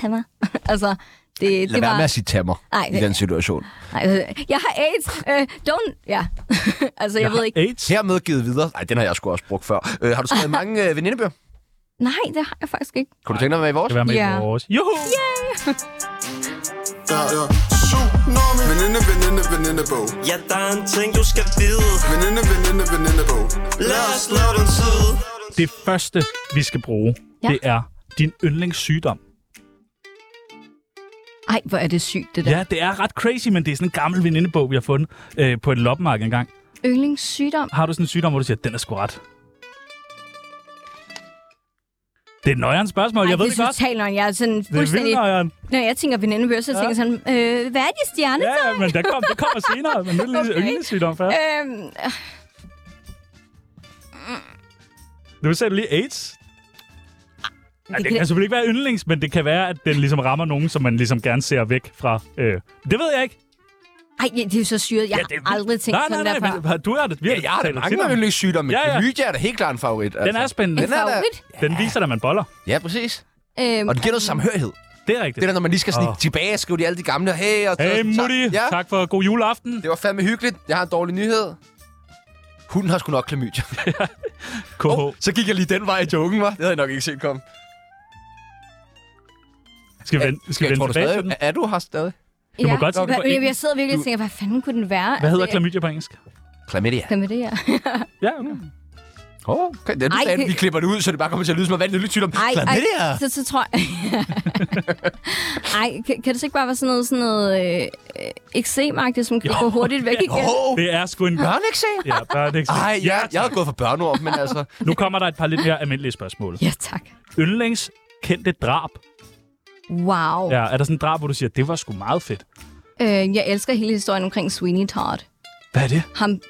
S4: tag mig. [laughs] altså, det,
S1: Lad
S4: det
S1: være med
S4: var...
S1: at sige tammer
S4: Ej,
S1: i
S4: det-
S1: den situation.
S4: Nej, øh, jeg har AIDS. Øh, don't... Ja. [laughs] altså, jeg, jeg ved ikke.
S3: AIDS?
S1: Hermed givet videre. Nej, den har jeg sgu også brugt før. Øh, har du
S4: [laughs]
S1: skrevet mange øh, venindebøger?
S4: Nej, det har jeg faktisk ikke.
S1: Kunne du tænke dig at være med i vores?
S3: Skal være med
S4: Ja.
S3: i vores. Juhu!
S10: Tsunami Veninde, veninde, veninde bog
S11: Ja, der er en ting, du skal vide.
S10: Veninde, veninde, veninde bog
S11: Lad os lave den tid.
S3: Det første, vi skal bruge,
S4: Ja.
S3: det er din yndlingssygdom.
S4: Ej, hvor er det sygt, det der.
S3: Ja, det er ret crazy, men det er sådan en gammel venindebog, vi har fundet øh, på et loppemarked engang.
S4: Yndlingssygdom.
S3: Har du sådan en sygdom, hvor du siger, den er sgu ret? Det er et nøjeren spørgsmål, jeg
S4: Ej,
S3: ved
S4: det
S3: det godt.
S4: er totalt nøjeren. Jeg er sådan
S3: Det er vildt
S4: fuldstændig...
S3: nøjeren.
S4: Når jeg tænker venindebøger, så
S3: Ja.
S4: tænker jeg sådan, øh, hvad er de stjerne?
S3: Ja, ja, men der kom, det kommer senere. Men nu er det lige
S4: [laughs] Okay.
S3: yndlingssygdom først.
S4: Øhm, øh,
S3: Nu sagde du lige AIDS. Ja, det
S4: Ah, kan-
S3: kan selvfølgelig ikke være yndlings, men det kan være, at den ligesom rammer nogen, som man ligesom gerne ser væk fra. Øh, det ved jeg ikke.
S4: ej, ja, det er jo så syret. Jeg
S3: Ja,
S4: har
S3: det er vildt.
S4: aldrig tænkt
S3: Nej, nej,
S4: sådan
S3: nej,
S4: der før.
S3: men, du er det. Vi har
S1: Ja, jeg har da
S3: talt om
S1: mange
S3: det.
S1: med yndlingssygdomme, men
S3: Ja,
S1: ja,
S3: ja.
S1: ja. klamydia er da helt klart en favorit.
S3: Den er spændende.
S4: En
S1: Den er da-
S4: favorit?
S3: Den viser, at man boller.
S1: Ja, præcis.
S4: Øhm,
S1: Og det giver noget samhørighed.
S3: Det er
S1: Det
S3: rigtigt.
S1: er der, når man lige skal snige
S3: Åh.
S1: tilbage og skrive de alle de gamle. Hey, og
S3: Hey, Mutti.
S1: Ja,
S3: Tak for god juleaften.
S1: det var fandme hyggeligt. Jeg har en dårlig nyhed. Hunden har sgu nok klamydia.
S3: KH.
S1: Oh, [laughs] så gik jeg lige den vej i joken, var. Det havde jeg nok ikke set komme.
S3: Skal vi vende, skal vi
S1: Jeg
S3: vende
S1: tror du
S3: tilbage til den?
S1: stadig, er du her stadig?
S3: Du må godt tænke på
S4: jeg,
S3: en-
S4: jeg sidder virkelig og tænker, hvad fanden kunne den være?
S3: Hvad hedder
S4: Altså, jeg-
S3: klamydia på engelsk?
S1: Klamydia.
S4: Klamydia.
S3: Ja, okay.
S1: Åh, okay. Det er du
S4: Ej,
S1: sagde,
S4: det-
S1: vi klipper det ud, så det bare kommer til at lyde som at vand lidt sygdom.
S4: Ej,
S1: Klamydia!
S4: ej, så, så tror jeg... [laughs] ej, kan, kan det så ikke bare være sådan noget, sådan noget øh, øh, eksemagtigt, som kan
S3: Jo.
S4: gå hurtigt væk igen?
S1: Åh,
S3: Det er sgu en...
S1: børneeksem?
S3: Ja, bare det ikke
S1: Ej, jeg, jeg havde gået for børneord, men altså...
S3: Nu kommer der et par lidt mere almindelige spørgsmål.
S4: Ja, tak.
S3: Yndlings kendte drab.
S4: Wow. Ja.
S3: Ja, er der sådan en drab, hvor du siger, det var sgu meget fedt?
S4: Øh, jeg elsker hele historien omkring Sweeney Todd.
S3: Hvad er det?
S4: Ham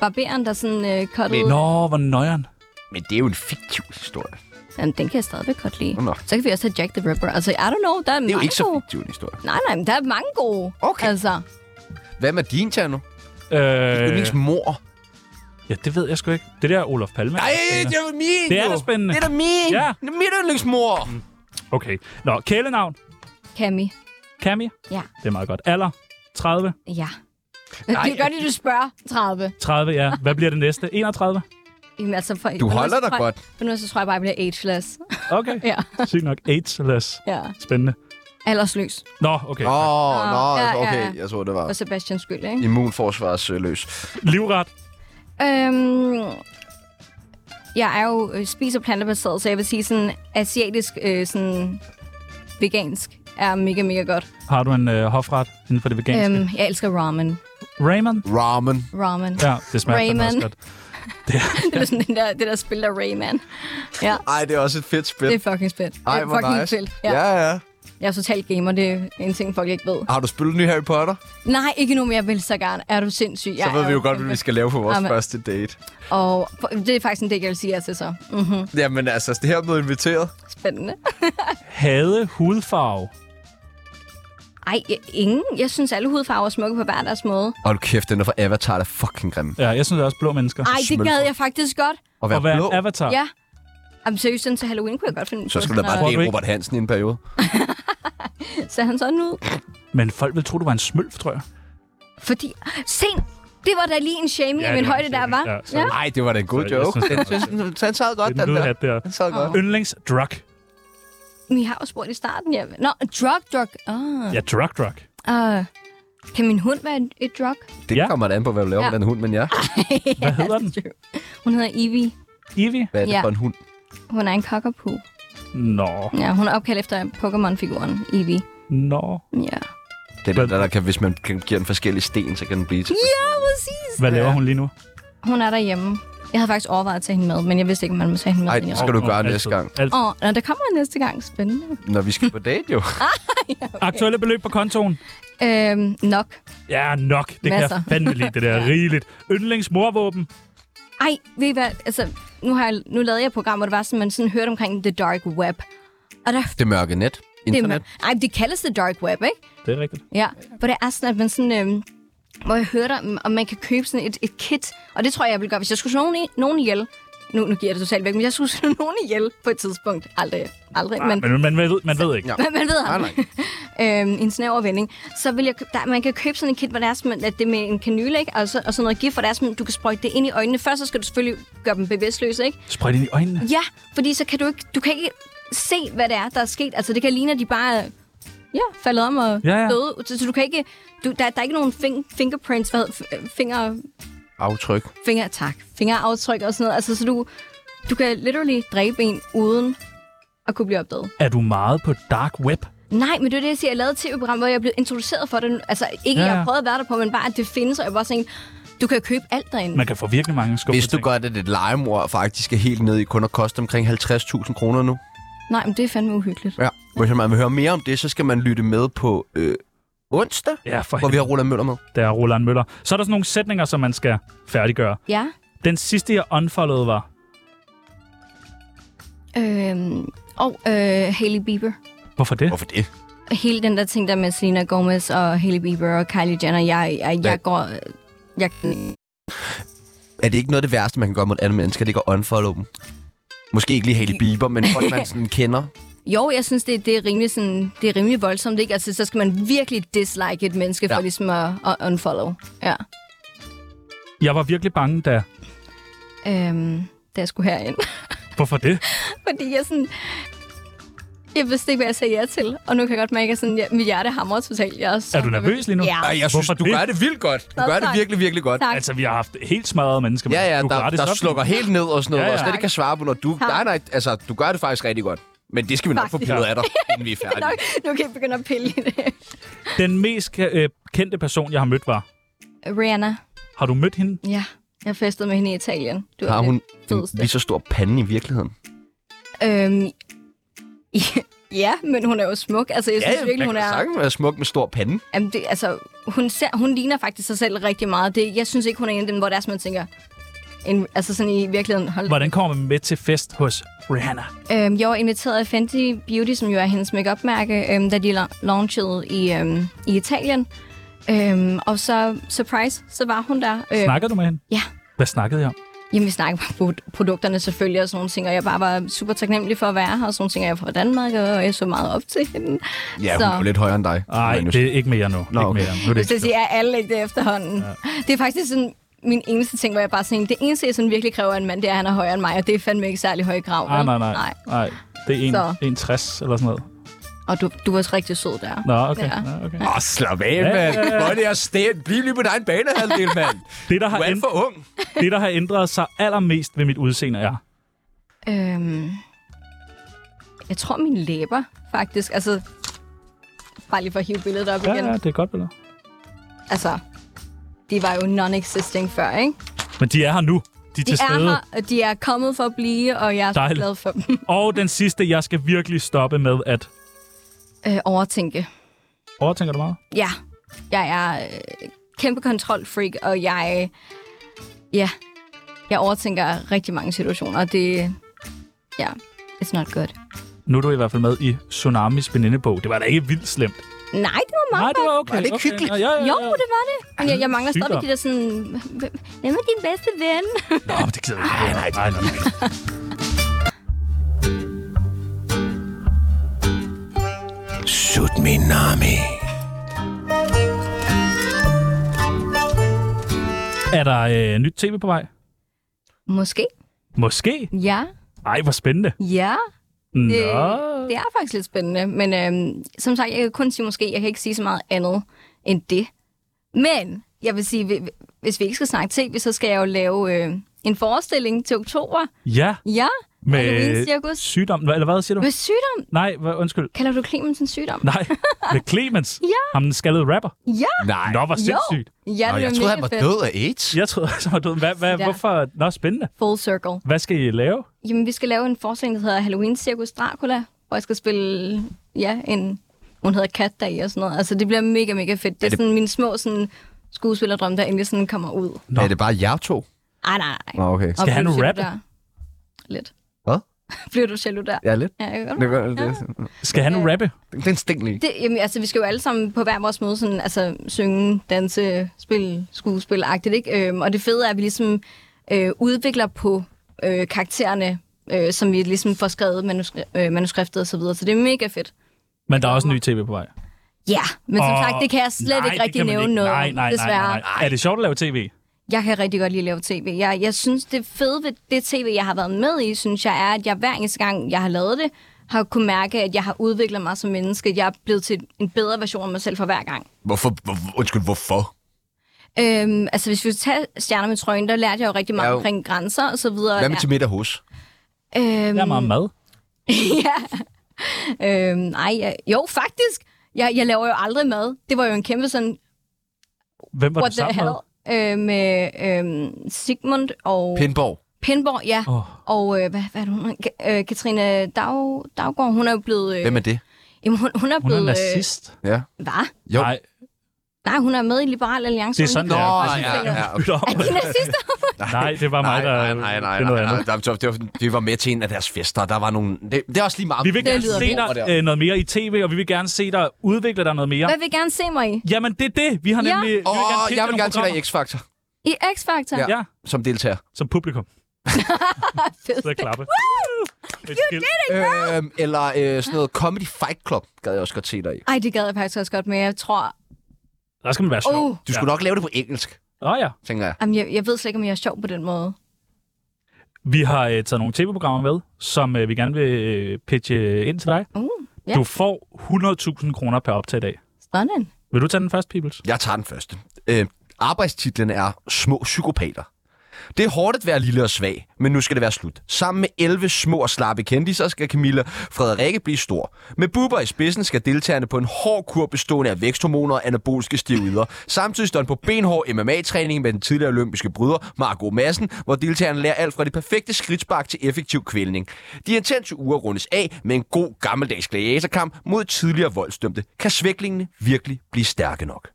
S4: barberen, der sådan øh, cuttede...
S3: Nå, hvor nøjeren.
S1: Men det er jo en fiktiv historie.
S4: Jamen, den kan jeg stadigvæk godt lide.
S1: Nå, nå.
S4: Så kan vi også have Jack the Ripper. Altså, I don't know, der er,
S1: Det er jo
S4: mange
S1: ikke så
S4: gode.
S1: fiktiv en historie.
S4: Nej, nej, men der er mange gode.
S1: Okay.
S4: Altså,
S1: Hvad med din, Tjerno?
S3: Øh,
S1: Yndlingsmor.
S3: ja, det ved jeg sgu ikke. Det der Olof Palme.
S1: Nej, det er min,
S3: Det er
S1: jo.
S3: da spændende.
S1: Det er da min.
S3: Ja.
S1: Det er mit yndlingsmor.
S3: Okay. Nå, kælenavn.
S4: Cammy.
S3: Kami.
S4: Ja.
S3: Det er meget godt. Alder. 30.
S4: Ja. Nej, det er godt, at du spørger. 30.
S3: 30, ja. Hvad bliver det næste? 31?
S4: Jamen, altså, for,
S1: Du
S4: for nu,
S1: holder
S4: så
S1: dig
S4: tror jeg-
S1: godt.
S4: For nu så tror jeg bare, at jeg bliver ageless.
S3: Okay.
S4: ja,
S3: Sygt nok. AIDS-less.
S4: [laughs] ja.
S3: Spændende.
S4: Aldersløs.
S3: Nå, okay.
S1: Åh, oh,
S4: Nå,
S1: nå,
S4: ja,
S1: altså, okay.
S4: ja, ja.
S1: Jeg tror, det var
S4: Og Sebastians skyld, ikke?
S1: immunforsvarsløs.
S3: Livret.
S4: Øhm, jeg er jo øh, spiser plantebaseret, så jeg vil sige sådan asiatisk, øh, sådan vegansk er mega, mega godt.
S3: Har du en øh, hofret inden for det veganske?
S4: Øhm, jeg elsker ramen.
S3: Raymond.
S1: Ramen.
S4: Ramen.
S3: Ja, det smager fandme også
S4: Raymond.
S3: godt.
S4: [laughs] det er sådan den der, det der spil, der Rayman. Ja,
S1: Ej, det er også et fedt spil.
S4: det er fucking fedt.
S1: Ej,
S4: det er
S1: hvor
S4: fucking
S1: nice.
S4: fedt.
S1: Ja,
S4: Ja.
S1: ja.
S4: Jeg er total gamer, det er en ting, folk ikke ved.
S1: Har du spillet ny Harry Potter?
S4: Nej, ikke nu, men jeg vil så gerne. Er du sindssyg? Jeg
S1: så ved
S4: er
S1: vi jo
S4: jo
S1: godt, hvad vi skal lave på vores
S4: Jamen.
S1: første date.
S4: Og for- det er faktisk en del, jeg vil sige jer til så. Mm-hmm.
S1: Jamen altså, det her blev inviteret.
S4: Spændende.
S3: Hade hudfarve.
S4: Ej, jeg- ingen. Jeg synes, alle hudfarver er smukke på hver deres måde.
S1: Og du kæft, den der fra Avatar der er fucking grim.
S3: Ja, jeg synes også blå mennesker.
S4: Ej, det gad jeg faktisk godt.
S1: Og være,
S3: Og være en
S1: blå.
S3: avatar.
S4: Ja. Jamen seriøst, den til Halloween kunne jeg godt finde
S1: Så
S4: på
S1: skal du da
S4: sådan
S1: bare
S4: noget.
S1: dele Robert Hansen i en periode.
S4: Ser han sådan ud?
S3: Men folk vil tro, du var en smølf, tror jeg.
S4: Fordi, se, det var da lige en shaming
S3: Ja,
S4: af min
S3: det var en
S4: højde, der
S3: shaming.
S4: var.
S3: Ja,
S4: Ja.
S3: sorry.
S1: Nej, det var da en god
S3: Så jeg
S1: joke.
S3: synes, det var
S1: Den, den sad godt, den,
S3: Den
S1: der.
S3: lød hat der.
S1: Den sad godt.
S3: Yndlingsdrug.
S4: Vi har jo spurgt i starten, ja. Nå, drug, drug. Ah.
S3: Ja, drug, drug.
S4: Uh, kan min hund være et, et drug?
S1: Det ja. kommer da an på, hvad du laver ja.
S4: Ja.
S1: med den hund, men ja.
S4: [laughs]
S3: Hvad hedder den?
S4: Hun hedder Ivy.
S3: Ivy?
S1: Hvad er det
S4: Ja.
S1: for en hund?
S4: Hun er en cockapoo.
S3: Nå.
S4: Ja, hun er opkaldt efter Pokémon-figuren Ivy.
S3: Nå.
S4: Ja.
S1: Det er den, der, der kan, hvis man kan- giver den forskellige sten, så kan den blive til.
S4: Ja, præcis.
S3: Hvad laver hun lige nu?
S4: Hun er derhjemme. Jeg havde faktisk overvejet at tage hende med, men jeg vidste ikke, om man må tage hende med.
S1: Ej, det skal du gøre næste gang,
S3: Alt.
S4: Åh, oh, der kommer næste gang. Spændende.
S1: når vi skal på date jo.
S3: Aktuelle beløb på kontoen?
S4: Øhm, nok.
S3: Ja, nok. Det kan jeg
S4: Masser.
S3: fandme lide,
S4: [laughs]
S3: det der rigeligt. Yndlingsmorvåben?
S4: Ej, ved I hvad? Altså, nu, har jeg, nu lavede jeg et program, hvor det var sådan, man sådan hørte omkring The Dark Web. Og der,
S1: Det mørke net. Internet.
S4: Det, ej, det kaldes The Dark Web, ikke?
S3: Det er rigtigt.
S4: Ja, hvor det er sådan, at man sådan... Øhm, hvor jeg hørte om, om man kan købe sådan et, et kit. Og det tror jeg, jeg ville gøre, hvis jeg skulle slå nogen, i- nogen ihjel. Nu, nu giver jeg det totalt væk, men jeg skulle [laughs] slå nogen ihjel på et tidspunkt. Aldrig, aldrig, men...
S3: Ah, Men man ved, man ved ikke.
S1: Ja.
S4: Men [laughs] man ved ham. [laughs] øhm, i en snæver vending. Så vil jeg, kø- der, man kan købe sådan en kit, hvor det er, som, at det er med en kanyle, ikke? Altså, Og, så, og sådan noget gift, hvor det er, som, du kan sprøjte det ind i øjnene. Først så skal du selvfølgelig gøre dem bevidstløse, ikke?
S3: Sprøjt ind i øjnene.
S4: Ja, fordi så kan du ikke, du kan ikke se, hvad det er, der er sket. Altså, det kan ligne, at de bare er, ja, faldet om og
S3: Ja, ja.
S4: døde. Så, så du kan ikke... Du, der, der er ikke nogen fing, fingerprints, hvad hedder, f- øh, finger,
S1: Aftryk.
S4: finger, tak, fingeraftryk og sådan noget. Altså, så du, du kan literally dræbe en uden at kunne blive opdaget.
S3: Er du meget på dark web?
S4: Nej, men det er det, jeg siger. Jeg lavede et tv-program, hvor jeg blev introduceret for det. Altså, ikke
S3: Ja,
S4: ja,
S3: ja.
S4: jeg prøvede at være der på, men bare, at det findes, og jeg var sådan, du kan jo købe alt derinde.
S3: Man kan få virkelig mange skuffer
S1: Vidste du godt, at et legemord faktisk er helt nede i kun at koste omkring 50.000 kroner nu?
S4: Nej, men det er fandme uhyggeligt.
S1: Ja. Hvis man vil høre mere om det, så skal man lytte med på øh, onsdag,
S3: Ja,
S1: hvor
S3: for
S1: vi
S3: helvede.
S1: har Roland Møller med.
S3: Der er Roland Møller. Så er der sådan nogle sætninger, som man skal færdiggøre.
S4: Ja.
S3: Den sidste, jeg unfollowede, var...
S4: Øhm, og øh, Hailey Bieber.
S3: Hvorfor det?
S1: Hvorfor det?
S4: Hele den der ting der med Selena Gomez og Hailey Bieber og Kylie Jenner. Jeg, jeg,
S1: Ja.
S4: jeg går... Jeg,
S1: Er det ikke noget af det værste, man kan gøre mod et andet menneske, det er at unfollow dem? Måske ikke lige Hailey Bieber, men folk, [laughs] man sådan kender.
S4: jo, jeg synes, det, det, er rimelig sådan, det er rimelig voldsomt, ikke? Altså, så skal man virkelig dislike et menneske ja.
S1: Ja.
S4: for ligesom at, at unfollow. Ja.
S3: Jeg var virkelig bange, da...
S4: Øhm, da jeg skulle herind. [laughs]
S3: Hvorfor det?
S4: Fordi jeg sådan... Jeg vidste ikke, hvad jeg sagde ja til. Og nu kan jeg godt mærke, at sådan, ja, mit hjerte hamrer totalt. Jeg er, så
S3: Er du nervøs lige nu?
S4: Ja.
S1: Ej, jeg synes,
S3: Hvorfor
S1: du
S3: det?
S1: gør det vildt godt. Du
S4: Nå,
S1: gør det
S4: tak.
S1: virkelig, virkelig godt.
S4: Tak.
S3: Altså, vi har haft helt smadrede mennesker.
S1: Ja, ja,
S3: men du
S1: der,
S3: retter
S1: der
S3: op.
S1: slukker helt ned og sådan noget,
S3: Ja,
S1: ja,
S3: ja.
S1: ja. og slet ikke kan svare på, når du...
S4: Tak.
S1: Nej, nej, altså, du gør det faktisk rigtig godt. Men det skal vi nok få
S4: Faktisk.
S1: pillet af
S4: [laughs]
S1: dig, inden vi er
S4: Nå,
S1: færdige.
S4: nu kan jeg begynde at pille i det.
S3: Den mest øh, kendte person, jeg har mødt, var...
S4: Rihanna.
S3: Har du mødt hende?
S4: Ja. Jeg festede med hende i Italien. Du
S1: Har hun en
S4: fedeste.
S1: lige så stor pande i virkeligheden?
S4: Øhm, [laughs] ja, men hun er jo smuk. Altså, jeg synes virkelig, hun
S1: man kan
S4: er...
S1: sagtens være smuk med stor pande.
S4: Jamen, det, altså, hun, ser, hun ligner faktisk sig selv rigtig meget. Det, jeg synes ikke, hun er en af dem, hvor der er, som man tænker... En, altså sådan i virkeligheden. Hold,
S3: Hvordan kommer man med til fest hos Rihanna?
S4: Øhm, jeg var inviteret af Fenty Beauty, som jo er hendes make mærke øhm, da de la- launchede i, øhm, i Italien. Øhm, og så, surprise, så var hun der. Øhm,
S3: Snakkede du med hende?
S4: Ja.
S3: Hvad snakkede jeg om?
S4: Jamen, vi snakkede om pro- produkterne selvfølgelig og sådan nogle ting, og jeg bare var super taknemmelig for at være her, og sådan nogle ting, og jeg er fra Danmark, og jeg så meget op til hende.
S1: Ja, hun
S4: så,
S1: er jo lidt højere end dig.
S3: Nej,
S1: Magnus.
S3: det er ikke mere nu.
S1: Nå,
S3: ikke
S1: okay.
S3: mere. Nu er det
S4: Hvis jeg
S3: ikke.
S4: siger, er alle ikke det efterhånden. Ja. Det er faktisk sådan min eneste ting, hvor jeg bare sådan, det eneste, jeg sådan virkelig kræver af en mand, det er, at han er højere end mig, og det er fandme ikke særlig høj grav.
S3: Nej,
S4: vel?
S3: Ah, nej, nej. nej. Det er
S4: Så.
S3: 1, 60 eller sådan noget.
S4: Og du, du var også rigtig sød der.
S3: Nå, okay.
S4: Ja.
S3: Nå, okay.
S1: Åh, slap af, mand. øh, Hvor er det at stæt? Bliv lige på din egen banehalvdel, mand.
S3: Det,
S1: [laughs]
S3: der
S1: Du
S3: har,
S1: er alt
S3: ændret,
S1: for ung.
S3: det, der har ændret sig allermest ved mit udseende, er...
S4: Øhm, jeg tror, mine læber, faktisk. Altså, bare lige for at hive billedet op
S3: Ja,
S4: igen.
S3: ja, det er godt billede.
S4: Altså, de var jo non-existing før, ikke?
S3: Men de er her nu. De er
S4: De
S3: til
S4: er
S3: stede.
S4: her, og de er kommet for at blive, og jeg er så
S3: Dejligt.
S4: glad for dem. [laughs]
S3: Og den sidste, jeg skal virkelig stoppe med at
S4: øh, overtænke.
S3: Overtænker du meget?
S4: Ja, jeg er øh, kæmpe kontrolfreak, og jeg, ja, jeg overtænker rigtig mange situationer, og det, ja, it's not good.
S3: Nu er du i hvert fald med i Tsunamis venindebog. Det var da ikke vildt slemt.
S4: Nej, det var meget
S3: Nej, det var okay.
S4: godt.
S3: Var det ikke Okay. hyggeligt? Ja, ja, ja, ja.
S4: Jo, det var det. Men jeg, jeg mangler
S3: Sygdom.
S4: stadig det der sådan, hvem- hvem er din bedste ven?
S3: Nå, men det gider vi ikke. Nej, nej, nej.
S8: Sut min nami.
S3: Er der øh, nyt tv på vej?
S4: Måske.
S3: Måske?
S4: Ja,
S3: Ej, hvor spændende.
S4: ja. Det,
S3: Nå.
S4: Øh, det er faktisk lidt spændende, men øhm, som sagt, jeg kan kun sige måske, jeg kan ikke sige så meget andet end det. Men jeg vil sige, hvi- hvi- hvis vi ikke skal snakke tv, så skal jeg jo lave øh, en forestilling til oktober.
S3: Ja,
S4: Ja,
S3: med
S4: Halloween-cirkus.
S3: sygdom. Hvad, eller hvad siger du?
S4: med sygdom.
S3: Nej, hvad, undskyld.
S4: Kalder du Clemens en sygdom? [laughs]
S3: Nej, med Clemens. ja. Ham den skaldede rapper.
S4: Ja.
S3: Nej. Nå, hvor sindssygt.
S4: Jo. Ja, det Nå, jeg troede, han var fedt. død
S7: af AIDS.
S3: Jeg troede, [laughs] han var død. Hvad, hvad,
S4: Ja.
S3: Hvorfor? Nå, spændende.
S4: Full circle.
S3: Hvad skal I lave?
S4: Jamen, vi skal lave en forestilling, der hedder Halloween Cirkus Dracula, hvor jeg skal spille, ja, en... Hun hedder Kat der i og sådan noget. Altså, det bliver mega, mega fedt. Det er,
S1: Er det-
S4: sådan mine små sådan, skuespillerdrømme, der endelig sådan kommer ud.
S1: Nå. Er det bare jer to?
S4: Ej, nej, nej.
S1: Nå, okay.
S4: Og bliver du jaloux
S1: rappe?
S4: Der? Lidt.
S1: Hvad?
S4: Bliver du jaloux der?
S1: Ja, lidt.
S4: Ja, jeg kan godt
S1: Det,
S4: mærke
S1: gør, det.
S3: Skal
S4: Øh.
S3: han nu rappe?
S1: Den, den stinker lige.
S4: det, jamen, altså, vi skal jo alle sammen på hver vores måde sådan, altså, synge, danse, spille, skuespil-agtigt, ikke? Øhm, og det fede er, at vi ligesom øh, udvikler på øh, karaktererne, øh, som vi ligesom får skrevet manuskri- øh, manuskriptet og så videre. Så det er mega fedt.
S3: Men der er også en ny tv på vej.
S4: Ja, men som
S3: Og-
S4: sagt, det kan jeg slet
S3: nej,
S4: ikke
S3: det
S4: rigtig
S3: kan man
S4: nævne
S3: ikke.
S4: noget
S3: Nej,
S4: om,
S3: nej, nej,
S4: desværre.
S3: nej, nej. Er det sjovt at lave tv?
S4: Jeg kan rigtig godt lide at lave tv. Jeg, jeg synes, det fede ved det tv, jeg har været med i, synes jeg er, at jeg hver eneste gang, jeg har lavet det, har kunne mærke, at jeg har udviklet mig som menneske. Jeg er blevet til en bedre version af mig selv for hver gang.
S7: Hvorfor? Hvor, undskyld, hvorfor?
S4: Øhm, altså, hvis vi tager stjerner med trøjen, der lærte jeg jo rigtig meget
S1: Ja,
S4: ja,
S1: jo.
S4: omkring grænser og så videre.
S1: Hvad med til middag hos?
S4: Øhm,
S3: Der er meget mad.
S4: ja. [laughs] Øhm, nej, jeg, jo, faktisk. Jeg, jeg laver jo aldrig mad. Det var jo en kæmpe sådan...
S3: Hvem var
S4: what
S3: du
S4: the
S3: sammen
S4: hell?
S3: med?
S4: Øh, med øhm, Sigmund og...
S1: Pindborg.
S4: Pindborg, ja.
S3: Åh.
S4: Og øh, hvad, hvad er det, hun er? Ka- øh, Katrine Dag, Daggaard, hun er jo blevet... Øh,
S1: Hvem er det?
S4: Jamen, hun, hun er
S3: Hun
S4: blevet...
S3: er nazist.
S1: Ja.
S4: Øh, hvad?
S1: Jo. [laughs]
S3: Nej, [laughs]
S4: Nej, hun er med i Liberal Alliance.
S3: det er sådan,
S1: Nå,
S3: det er.
S1: ja, ja. okay.
S3: Bytte om.
S4: Er de nazister?
S3: Nej, det var mig,
S1: Nej, nej,
S3: der...
S1: nej, nej,
S3: det er
S1: nej, nej,
S3: noget andet.
S1: nej, det var- Vi var med til en af deres fester. Der var nogle... Det, det er også lige meget.
S3: Vi vil
S4: Det
S3: gerne
S4: lyder
S3: se
S1: godt.
S3: dig øh, noget mere i tv, og vi vil gerne se dig udvikle dig noget mere.
S4: Hvad vil I gerne se mig i?
S3: Jamen, det er det. Vi har
S4: Ja.
S3: nemlig...
S1: Åh,
S3: pitche
S1: jeg vil
S3: nogle
S1: gerne til dig i
S3: programmer.
S1: X-Factor
S4: I X-Factor?
S1: Ja.
S3: Ja,
S1: som deltager.
S3: som
S4: [laughs]
S3: publikum.
S4: Fedt.
S3: Så klappe. Et skilt.
S1: Øhm, eller øh, sådan noget Comedy Fight Club gad jeg også godt se dig i.
S4: Ej, det gad jeg faktisk også godt, men jeg tror...
S3: Der skal man være sjov.
S4: Oh,
S1: Du skulle nok lave det på engelsk,
S3: Åh ja.
S1: tænker jeg.
S4: jamen, jeg, jeg ved slet ikke, om jeg er sjov på den måde.
S3: Vi har øh, taget nogle tv-programmer med, som øh, vi gerne vil øh, pitche ind til dig.
S4: Uh, ja.
S3: Du får 100.000 kroner per optag i dag.
S4: sådan.
S3: Vil du tage den først, Peoples?
S1: Jeg tager den første. Øh, arbejdstitlen er Små Psykopater. Det er hårdt at være lille og svag, men nu skal det være slut. Sammen med 11 små og slappe kendiser skal Camilla Frederikke blive stor. Med buber i spidsen skal deltagerne på en hård kur bestående af væksthormoner og anaboliske steroider. Samtidig står den på benhård MMA-træning med den tidligere olympiske bryder Marco Madsen, hvor deltagerne lærer alt fra det perfekte skridtspark til effektiv kvælning. De intense uger rundes af med en god gammeldags gladiatorkamp mod tidligere voldsdømte. Kan svæklingene virkelig blive stærke nok?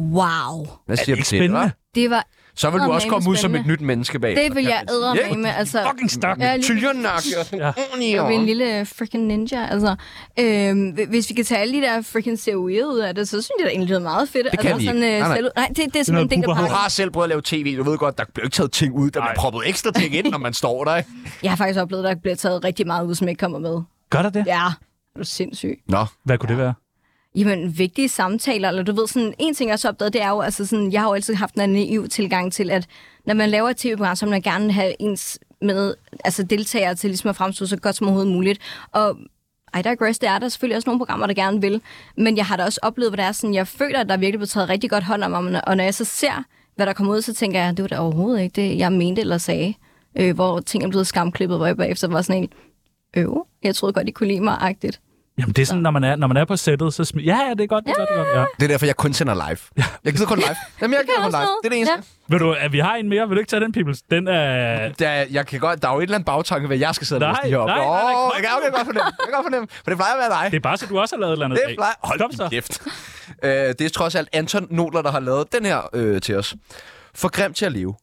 S4: Wow.
S1: Hvad siger
S3: det
S1: du
S3: ikke
S1: til det,
S3: spændende?
S1: hva'?
S4: Det vil,
S1: Så vil du
S4: Åh,
S1: også
S4: mame,
S1: komme ud som
S4: spændende.
S1: et nyt menneske bag.
S4: det vil jeg æde med, altså...
S3: Fucking stærk.
S4: Ja, lige-
S1: Tyrenagtig og sådan
S3: Ja.
S1: ordentlig
S4: Jeg er en
S1: og-
S4: lille freaking ninja, altså. Øhm, hvi- hvis vi kan tage alle de der freaking COE'er ud af det, så synes jeg da egentlig, det er meget fedt.
S1: kan vi
S4: altså, sådan,
S1: ikke.
S4: øh,
S1: Nej, nej.
S4: selv- nej, det, det er sådan
S3: noget
S4: en ting, der
S3: buberhold.
S1: Du
S4: pakker.
S1: har selv prøvet at lave tv. Du ved godt, der bliver ikke taget ting ud. Der bliver
S3: Nej.
S1: proppet ekstra ting ind, når man står der. Ikke?
S4: Jeg har faktisk oplevet, at der bliver taget rigtig meget ud, som ikke kommer med.
S3: Gør der det?
S4: Ja, er du sindssyg.
S1: Nå,
S3: Hvad kunne det være?
S4: Jamen, vigtige samtaler, eller du ved, sådan, en ting, jeg også opdagede, det er jo, altså sådan, jeg har jo altid haft en naiv tilgang til, at når man laver et tv-program, så vil man gerne have ens med, altså deltagere til ligesom at fremstå så godt som overhovedet muligt. Og I digress, det er der selvfølgelig også nogle programmer, der gerne vil, men jeg har da også oplevet, hvad det er sådan, jeg føler, at der virkelig bliver taget rigtig godt hånd om mig, og når jeg så ser, hvad der kommer ud, så tænker jeg, det var da overhovedet ikke det, jeg mente eller sagde, øh, hvor ting er blevet skamklippet, hvor jeg bagefter var sådan en, øv, jeg troede godt, I kunne lide mig, agtigt.
S3: Jamen, det er sådan, når man er, når man er på sættet, så smider... Ja, ja, det er godt, det er godt, det er godt. Ja.
S1: Det er derfor, jeg kun sender live. Jeg gider kun live. Jamen, jeg gider kun live. Det er det eneste.
S3: Vil du, at vi har en mere? Vil du ikke tage den, Peoples? Den er...
S1: Der, jeg kan godt, der er jo et eller andet bagtanke, hvad jeg skal sidde og
S3: Nej,
S1: læse de her op.
S3: nej, nej, nej,
S1: Åh,
S3: kom
S1: jeg kan jeg kan godt fornemme. Jeg kan godt fornemme. For det plejer at være dig.
S3: Det er bare så, du også har lavet et eller andet.
S1: Det plejer... Hold
S3: Stop
S1: din
S3: så.
S1: kæft. Øh, det er trods alt Anton Nodler, der har lavet den her øh, til os. For grim til at leve.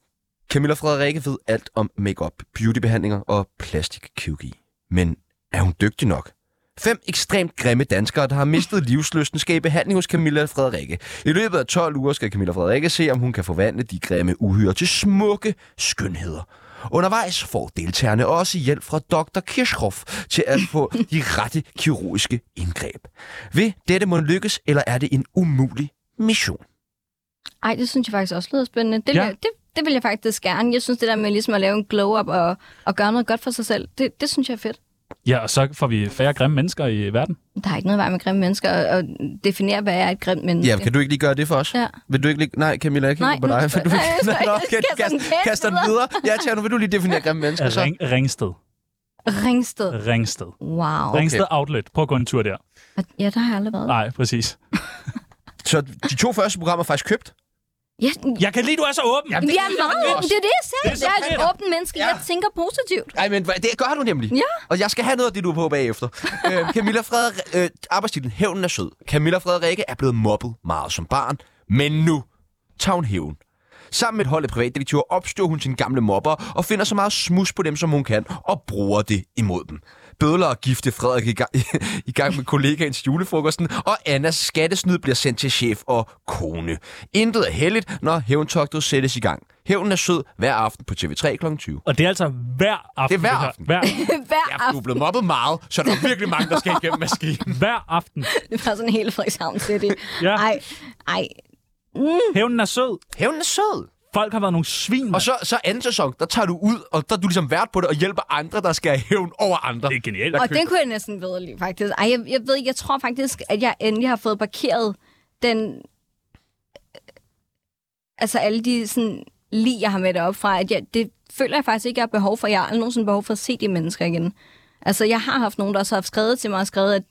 S1: Camilla Frederikke ved alt om makeup, beautybehandlinger og plastikkirurgi. Men er hun dygtig nok? Fem ekstremt grimme danskere, der har mistet livsløsten, skal i behandling hos Camilla Frederikke. I løbet af 12 uger skal Camilla Frederikke se, om hun kan forvandle de grimme uhyre til smukke skønheder. Undervejs får deltagerne også hjælp fra Dr. Kirchhoff til at få de rette kirurgiske indgreb. Vil dette må lykkes, eller er det en umulig mission?
S4: Ej, det synes jeg faktisk også lyder spændende. Det,
S1: Ja.
S4: ja. det, det vil jeg faktisk gerne. Jeg synes, det der med ligesom at lave en glow-up og, og gøre noget godt for sig selv, det, det synes jeg er fedt.
S3: Ja, og så får vi færre grimme mennesker i verden.
S4: Der er ikke noget vej med grimme mennesker, og, og definere, hvad er et grimt menneske.
S1: Ja, kan du ikke lige gøre det for os?
S4: Ja.
S1: Vil du ikke lige... Nej, Camilla, jeg kigger
S4: Nej,
S1: på
S4: nu
S1: dig.
S4: skal-
S1: Vil du ikke...
S4: [laughs] nej, jeg skal-
S1: Nå,
S4: jeg skal
S1: kast-
S4: sådan
S1: kast- Kaster den videre.
S4: videre.
S1: Ja, Tjerno, vil du lige definere grimme mennesker så?
S3: Ring, Ringsted.
S4: Ringsted.
S3: Ringsted.
S4: Wow.
S3: Okay. Ringsted Outlet. Prøv at gå en tur der.
S4: Ja, der har jeg aldrig været.
S3: Nej, præcis.
S1: så de to første programmer er faktisk købt?
S4: Ja,
S3: Jeg kan lide, du er så åben.
S4: Jamen, det, er meget, det er det, jeg
S1: Det
S4: sagde.
S1: er så
S4: Det er et
S1: fedt.
S4: åbent menneske. Ja. Jeg tænker positivt. [laughs]
S1: Ej, men hvad- det gør du nemlig.
S4: Ja.
S1: Og jeg skal have noget af det, du er på bagefter. øh, Camilla Frederik... Øh, arbejdstitlen Hævnen er sød. Camilla Frederikke er blevet mobbet meget som barn, men nu tager hun hævn. Sammen med et hold af privatdetektiver opstøver hun sine gamle mobber og finder så meget smus på dem, som hun kan, og bruger det imod dem. Bødler og gifte Frederik i gang, [laughs] i gang med kollegaens julefrokosten, og Annas skattesnyd bliver sendt til chef og kone. Intet er heldigt, når hævntogtet sættes i gang. Hævnen er sød hver aften på TV3 kl. 20.
S3: Og det er altså hver aften.
S1: Det er hver
S3: her.
S1: aften.
S3: Hver,
S4: Hver
S1: Du er
S4: aften.
S1: blevet mobbet meget, så der er [laughs] virkelig mange, der skal igennem maskinen.
S3: hver aften.
S4: Det var sådan hele Frederikshavn City.
S3: Ja.
S4: Ej, ej.
S3: [laughs] Hævnen er sød.
S1: Hævnen er sød.
S3: Folk har været nogle svin.
S1: Og så, så anden sæson, der tager du ud, og der er du ligesom vært på det, og hjælper andre, der skal have hævn over andre.
S3: Det er genialt.
S4: Og den kunne jeg næsten vide faktisk. Ej, jeg, jeg ved ikke, jeg tror faktisk, at jeg endelig har fået parkeret den... øh, Altså alle de sådan lige, jeg har med deroppe fra, at jeg, det føler jeg faktisk ikke, jeg har behov for. Jeg har aldrig nogensinde behov for at se de mennesker igen. Altså, jeg har haft nogen, der også har skrevet til mig og skrevet, at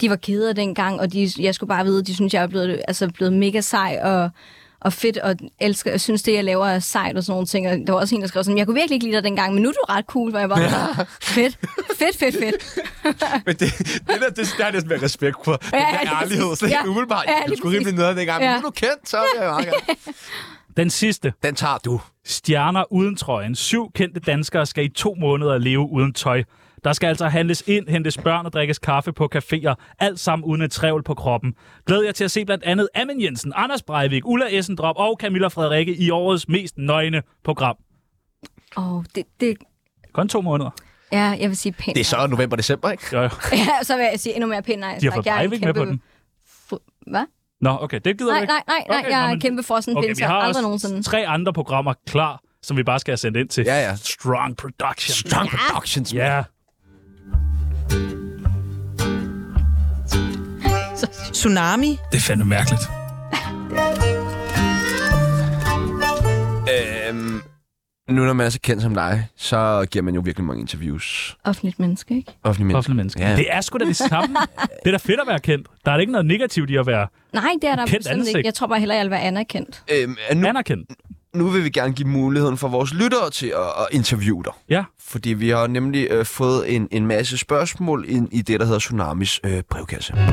S4: de var kede af dengang, og de, jeg skulle bare vide, at de synes, jeg er blevet, altså, blevet mega sej og, og fedt, og elsker, jeg synes, det, jeg laver, er sejt og sådan nogle ting. Og der var også en, der skrev sådan, jeg kunne virkelig ikke lide dig dengang, men nu er du ret cool, hvor jeg bare, ja. fedt, fedt, fedt, fedt.
S1: Men det, det, der, det, der er næsten med respekt for ja, den
S4: ja,
S1: der
S4: lige
S1: ærlighed.
S4: præcis.
S1: Slet ikke
S4: Ja.
S1: umiddelbart.
S4: Ja,
S1: Ja, du
S4: lige
S1: skulle rimelig
S4: præcis.
S1: noget dengang. Ja. Men
S4: Ja.
S1: nu er du kendt, så vil jeg meget gerne.
S3: Den sidste.
S1: Den tager du.
S3: Stjerner uden trøjen. Syv kendte danskere skal i to måneder leve uden tøj. Der skal altså handles ind, hentes børn og drikkes kaffe på caféer. Alt sammen uden et trævl på kroppen. Glæder jer til at se blandt andet Amin Jensen, Anders Breivik, Ulla Essendrop og Camilla Frederikke i årets mest nøgne program.
S4: Åh, oh, det, det,
S3: Kun to måneder.
S4: ja, jeg vil sige pænt.
S1: Det er så november december, ikke?
S3: Jo, jo.
S4: Ja, [laughs] så vil jeg sige endnu mere pænt nej.
S3: De har
S4: Tak,
S3: fået
S4: jeg er en
S3: Breivik med på
S4: kæmpe-
S3: den.
S4: Fu- Hvad?
S3: Nå, okay, det gider vi
S4: Nej,
S3: ikke.
S4: nej, nej, nej,
S3: Okay, nå,
S4: jeg er
S3: men-
S4: kæmpe for sådan en
S3: Okay, vi har
S4: aldrig
S3: også
S4: nogensinde.
S3: tre andre programmer klar, som vi bare skal have sendt ind til.
S1: Ja, ja.
S3: Strong Production.
S1: Strong Productions.
S3: Ja.
S12: Tsunami.
S3: Det er fandme mærkeligt.
S1: Øhm, nu når man er så kendt som dig, så giver man jo virkelig mange interviews.
S4: Offentligt menneske, ikke?
S1: Offentlige mennesker.
S3: Offentlige mennesker.
S1: Ja.
S3: Det er sgu da det samme. det er da fedt at være kendt. Der er da ikke noget negativt i at være
S4: Nej, det er der
S3: Kendt
S4: bestemt
S3: ansigt.
S4: ikke. Jeg tror bare heller, jeg vil være anerkendt.
S1: Øhm, er nu,
S3: anerkendt.
S1: nu vil vi gerne give muligheden for vores lyttere til at, at interviewe dig.
S3: Ja.
S1: Fordi vi har nemlig øh, fået en, en masse spørgsmål ind i det, der hedder Tsunamis øh, brevkasse.
S10: Der er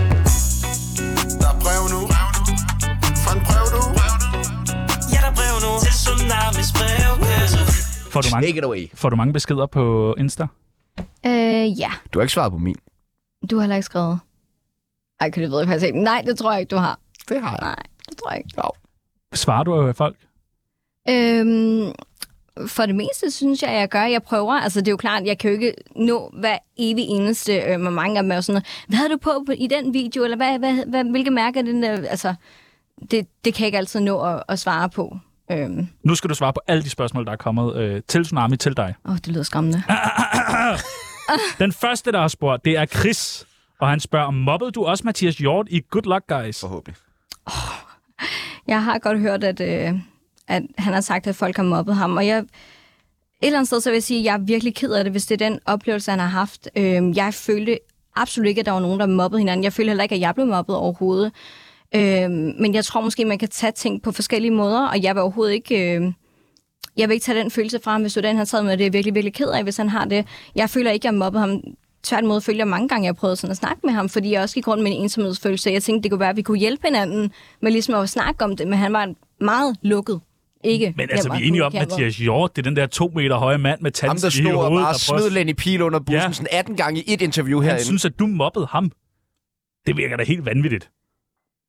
S10: brev nu. Fra en brev nu.
S11: Ja, der er brev nu til Tsunamis brevkasse.
S3: Får du mange,
S1: Take it away.
S3: får du mange beskeder på Insta?
S4: Øh, ja.
S1: Du har ikke svaret på min.
S4: Du har heller ikke skrevet. Ej, kan det ved jeg faktisk ikke. Nej, det tror jeg ikke, du har.
S1: Det har jeg.
S4: Nej, det tror jeg ikke.
S3: Svarer du af folk?
S4: Øhm, for det meste synes jeg, jeg gør. Jeg prøver. Altså, det er jo klart, jeg kan jo ikke nå hver evig eneste, øh, med mange af dem er jo sådan noget, hvad havde du på, på i den video, eller hvad, hvad, hvad, hvilke mærker er den der? Altså, det, det kan jeg ikke altid nå at, at svare på. Øhm,
S3: Nu skal du svare på alle de spørgsmål, der er kommet øh, til Tsunami til dig.
S4: åh, det lyder skræmmende.
S3: Den første, der har spurgt, det er Chris. Og han spørger, mobbede du også Mathias Hjort i Good Luck Guys?
S1: Forhåbentlig.
S4: Jeg har godt hørt, at, øh, at han har sagt, at folk har mobbet ham, og jeg... Et eller andet sted, så vil jeg sige, at jeg er virkelig ked af det, hvis det er den oplevelse, han har haft. Øhm, jeg følte absolut ikke, at der var nogen, der mobbede hinanden. Jeg føler heller ikke, at jeg blev mobbet overhovedet. Øh, men jeg tror måske, man kan tage ting på forskellige måder, og jeg vil overhovedet ikke... Øh, jeg vil ikke tage den følelse fra ham, hvis studenten har taget med det. Jeg er virkelig, virkelig ked af, hvis han har det. Jeg føler ikke, at jeg mobbede ham. Tværtimod føler jeg mange gange, at jeg prøvede sådan at snakke med ham, fordi jeg også gik rundt med en ensomhedsfølelse. Jeg tænkte, det kunne være, at vi kunne hjælpe hinanden med ligesom at snakke om det, men han var meget lukket. Ikke
S3: Men altså,
S4: jeg
S3: vi
S4: var
S3: er enige om, at
S4: kommunikeret.
S3: Mathias Hjort, det er den der to meter høje mand med
S1: Ham, der
S3: tandski i
S1: stod
S3: hovedet.
S1: og bare
S3: der prøver-
S1: smed Lenny Pihl under bussen
S3: Ja.
S1: ja. sådan 18 gange i et interview herinde.
S3: Han synes, at du mobbede ham. Det virker da helt vanvittigt.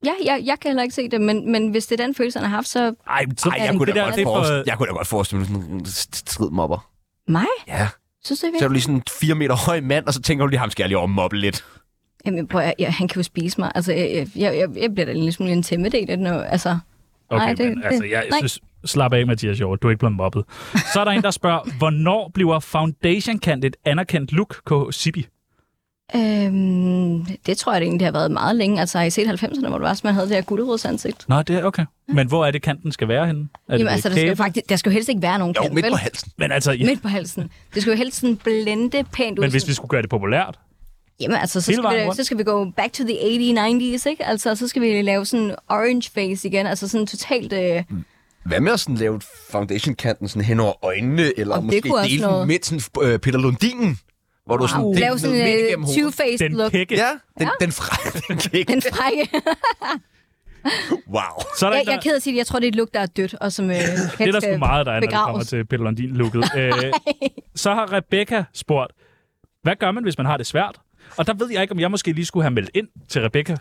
S4: Ja, jeg, jeg kan heller ikke se det, men, men hvis det er den følelse, han har haft, så...
S3: Ej, men så
S1: Ej,
S4: er
S1: jeg, kunne
S4: det
S1: da
S4: der-
S1: godt
S4: det er for-
S1: forestille, jeg kunne da godt forestille mig sådan en strid mobber.
S4: Mig?
S1: Ja.
S4: Synes du ikke?
S1: Så er du lige sådan en 4 meter høj mand, og så tænker du lige, ham skal jeg lige over og mobbe lidt.
S4: Jamen, prøv, at- jeg, jeg, han kan jo spise mig. Altså, jeg, jeg- jeg, jeg, jeg bliver da en lille smule intimidated nu. Altså,
S3: Okay,
S4: nej, det,
S3: men altså, jeg
S4: nej.
S3: synes... Slap af, Mathias Hjort. Du er ikke blevet mobbet. Så er der en, der spørger, [laughs] hvornår bliver Foundation Cant et anerkendt look på Sibi?
S4: Øhm, det tror jeg det egentlig har været meget længe. Altså, i set 90'erne, hvor det var, så man havde det her gutterødsansigt.
S3: Nå, det er okay. Men hvor er det, kanten skal være henne? Er
S4: Mm. Jamen,
S3: det
S4: altså, der skal, jo faktisk, der skal jo helst ikke være nogen kant, vel?
S1: halsen.
S3: Men altså, ja.
S4: Ja. Midt på halsen. Det skal jo helst sådan blende pænt ud.
S3: men hvis
S4: sådan-
S3: vi skulle gøre det populært,
S4: Jamen, altså, så
S3: Hele
S4: skal,
S3: vejen
S4: vi,
S3: rundt.
S4: så skal vi gå back to the 80s, 90s, ikke? Altså, så skal vi lave sådan orange face igen. Altså, sådan totalt... Øh,
S1: Hvad med at sådan lave foundation-kanten sådan hen over øjnene, eller
S4: Om det
S1: måske
S4: kunne også
S1: dele den
S4: noget.
S1: midt sådan, øh, Peter Lundinen, hvor du sådan
S3: Uh.
S4: wow,
S1: delt
S4: lave
S1: ned midt
S4: sådan øh,
S1: igennem
S4: en
S1: hovedet.
S4: two-faced look.
S1: Ja, den, ja. den frække. [laughs] Den kække.
S4: Den
S3: [laughs]
S4: frække.
S1: Wow.
S3: Så er der
S4: jeg,
S3: en, der-
S4: jeg er ked af at sige det. Jeg tror, det er et look, der er dødt, og som øh,
S3: det er der sgu meget, der er, når det kommer
S4: begraves.
S3: til Peter
S4: [laughs]
S3: Lundin-looket. Øh, så har Rebecca spurgt, hvad gør man, hvis man har det svært? Og der ved jeg ikke, om jeg måske lige skulle have meldt ind til Rebecca.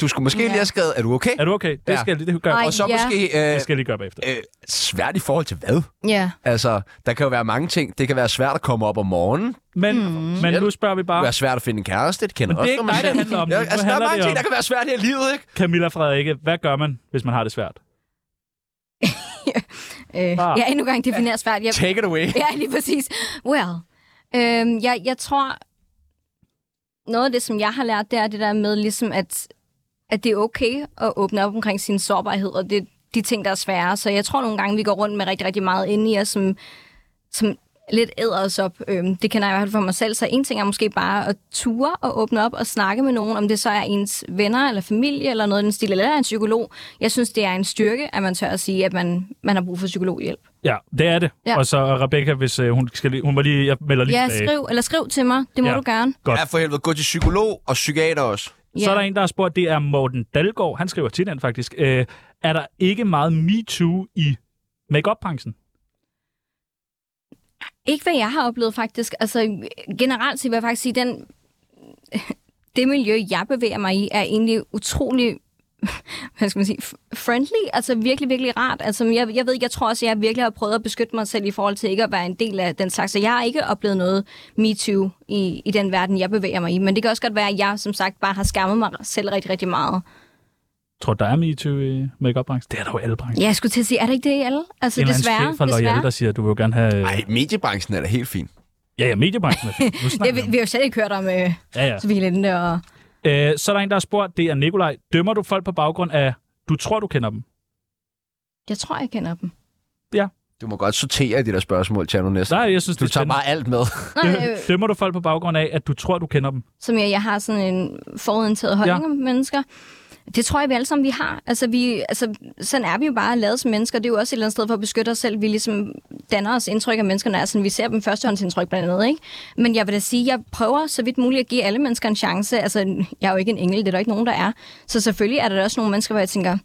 S1: Du skulle måske ja. lige have skrevet, er du okay?
S3: Er du okay? Det
S1: Ja.
S3: skal jeg lige det gør. jeg.
S4: Ej,
S1: Og så
S4: ja.
S1: måske... Øh,
S3: Det skal jeg lige gøre bagefter.
S1: øh, svært i forhold til hvad?
S4: Ja.
S1: Altså, der kan jo være mange ting. Det kan være svært at komme op om morgenen. Det
S3: Men,
S4: Mm.
S3: men nu spørger vi
S1: kan
S3: bare,
S1: være svært at finde en kæreste. Det kender
S3: Men det er
S1: også,
S3: ikke
S1: når man
S3: dig,
S1: selv-
S3: det handler om.
S1: Ja,
S3: Nu
S1: altså, der er
S3: handler
S1: mange
S3: det
S1: ting,
S3: om-
S1: der kan være svært her i livet, ikke?
S3: Camilla Frederikke, hvad gør man, hvis man har det svært?
S4: Øh,
S3: Bare-
S4: jeg er endnu gang defineret svært. Jeg,
S1: Take it away.
S4: ja, lige præcis. Well, øhm, jeg, jeg tror, noget af det, som jeg har lært, det er det der med, ligesom at, at det er okay at åbne op omkring sin sårbarhed, og det er de ting, der er svære. Så jeg tror nogle gange, vi går rundt med rigtig, rigtig meget inde i os, som, som lidt æder os op. Øhm, det kender jeg i hvert fald for mig selv. Så en ting er måske bare at ture og åbne op og snakke med nogen, om det så er ens venner eller familie eller noget i den stil, eller en psykolog. Jeg synes, det er en styrke, at man tør at sige, at man, man har brug for psykologhjælp.
S3: Ja, det er det.
S4: Ja.
S3: Og så Rebecca, hvis øh, hun skal lige, hun må lige, jeg melder lige
S4: Ja,
S3: tilbage.
S4: skriv, eller skriv til mig. Det må
S3: Ja.
S4: ja. du gerne.
S3: Godt.
S1: Ja, for helvede. Gå til psykolog og psykiater også.
S4: Ja.
S3: Så er der en, der har spurgt, det er Morten Dalgaard. Han skriver til den faktisk. Øh, er der ikke meget MeToo i make-up-branchen?
S4: Ikke hvad jeg har oplevet faktisk. Altså generelt set vil jeg faktisk sige, den, [laughs] det miljø, jeg bevæger mig i, er egentlig utrolig [laughs] hvad skal man sige, f- friendly, altså virkelig, virkelig rart. Altså, jeg, jeg ved, ikke, jeg tror også, jeg virkelig har prøvet at beskytte mig selv i forhold til ikke at være en del af den slags, så jeg har ikke oplevet noget MeToo i, i den verden, jeg bevæger mig i, men det kan også godt være, at jeg som sagt bare har skammet mig selv rigtig, rigtig meget.
S3: Tror du, der er MeToo i make-up-branchen? Det er der jo i alle brancher.
S4: Ja, jeg skulle til at sige, er det ikke det i alle? Altså,
S3: en eller anden
S4: desværre.
S3: chef fra Loyal,
S4: desværre.
S3: der siger, at du vil jo gerne have...
S1: Nej, mediebranchen er da helt fin.
S3: Ja, ja, mediebranchen er
S4: [laughs]
S3: fint. Nu snakker
S4: Det,
S3: vi
S4: vi,
S3: om
S4: vi har jo slet ikke hørt om øh,
S3: Ja, ja.
S4: Sofie Linde og...
S3: Øh, så er der en, der har spurgt, det er Nikolaj. Dømmer du folk på baggrund af, du tror, du kender dem?
S4: Jeg tror, jeg kender
S3: [laughs]
S4: dem.
S1: Du må godt sortere i de der spørgsmål, Tjerno, næsten.
S3: Nej, jeg synes,
S1: Du
S3: det er
S1: tager
S3: spændende.
S1: bare alt med.
S4: Nej, øh,
S3: Dømmer du folk på baggrund af, at du tror, du kender dem?
S4: som jeg, jeg har sådan en forudindtaget holdning
S3: Ja.
S4: ja. om mennesker. Det tror jeg, vi alle sammen vi har. Altså, vi, altså, sådan er vi jo bare lavet som mennesker. Det er jo også et eller andet sted for at beskytte os selv. Vi ligesom danner os indtryk af mennesker, når altså, vi ser dem førstehåndsindtryk blandt andet. Ikke? Men jeg vil da sige, jeg prøver så vidt muligt at give alle mennesker en chance. Altså, jeg er jo ikke en engel, det er der ikke nogen, der er. Så selvfølgelig er der også nogle mennesker, hvor jeg tænker,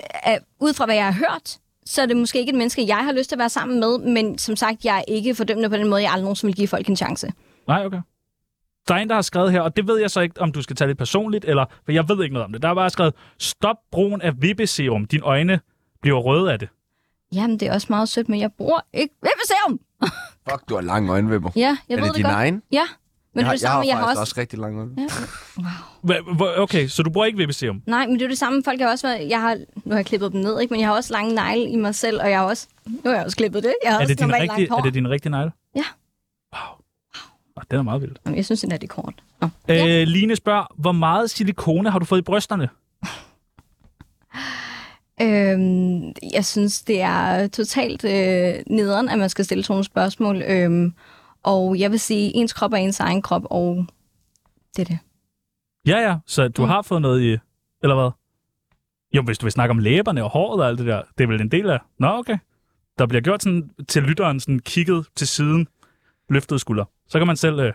S4: at ud fra hvad jeg har hørt, så er det måske ikke et menneske, jeg har lyst til at være sammen med. Men som sagt, jeg er ikke fordømmende på den måde, jeg aldrig nogensinde vil give folk en chance.
S3: Nej, okay. Der er en, der har skrevet her, og det ved jeg så ikke, om du skal tage det personligt, eller, for jeg ved ikke noget om det. Der er bare skrevet, stop brugen af vippeserum. Dine øjne bliver røde af det.
S4: Jamen, det er også meget sødt, men jeg bruger ikke vippeserum.
S1: Fuck, du har lange øjenvipper.
S4: Ja,
S1: er
S4: jeg ved
S1: det
S4: det
S1: dine
S4: godt.
S1: egne?
S4: Ja, men
S1: jeg,
S4: det er
S1: har,
S4: det
S1: jeg har
S4: samme, jeg har
S1: faktisk
S4: også...
S1: også rigtig lange øjenvipper.
S4: Ja.
S3: Hva- hva- Okay, så du bruger ikke vippeserum?
S4: Nej, men det er det samme. Folk har også været... Jeg har... Nu har jeg klippet dem ned, ikke? Men jeg har også lange negle i mig selv, og jeg har også... Nu har jeg også klippet det. Jeg har
S3: Er
S4: også
S3: det, din
S4: normalt
S3: rigtige,
S4: langt hår.
S3: er det din rigtige negle?
S4: Ja.
S3: Wow. wow. Den er meget vild.
S4: Jamen, jeg synes, den er det kort. Nå.
S3: Øh, Line spørger, hvor meget silikone har du fået i brysterne?
S4: Øhm, jeg synes, det er totalt øh, nederen, at man skal stille sådan nogle spørgsmål. Øhm, og jeg vil sige, ens krop er ens egen krop, og Det er det.
S3: Ja, ja. Så du mm. har fået noget i... Eller hvad? Jo, hvis du vil snakke om læberne og håret og alt det der, det er vel en del af... Nå, okay. Der bliver gjort sådan til lytteren, sådan kigget til siden, løftet skulder. Så kan man selv... Øh...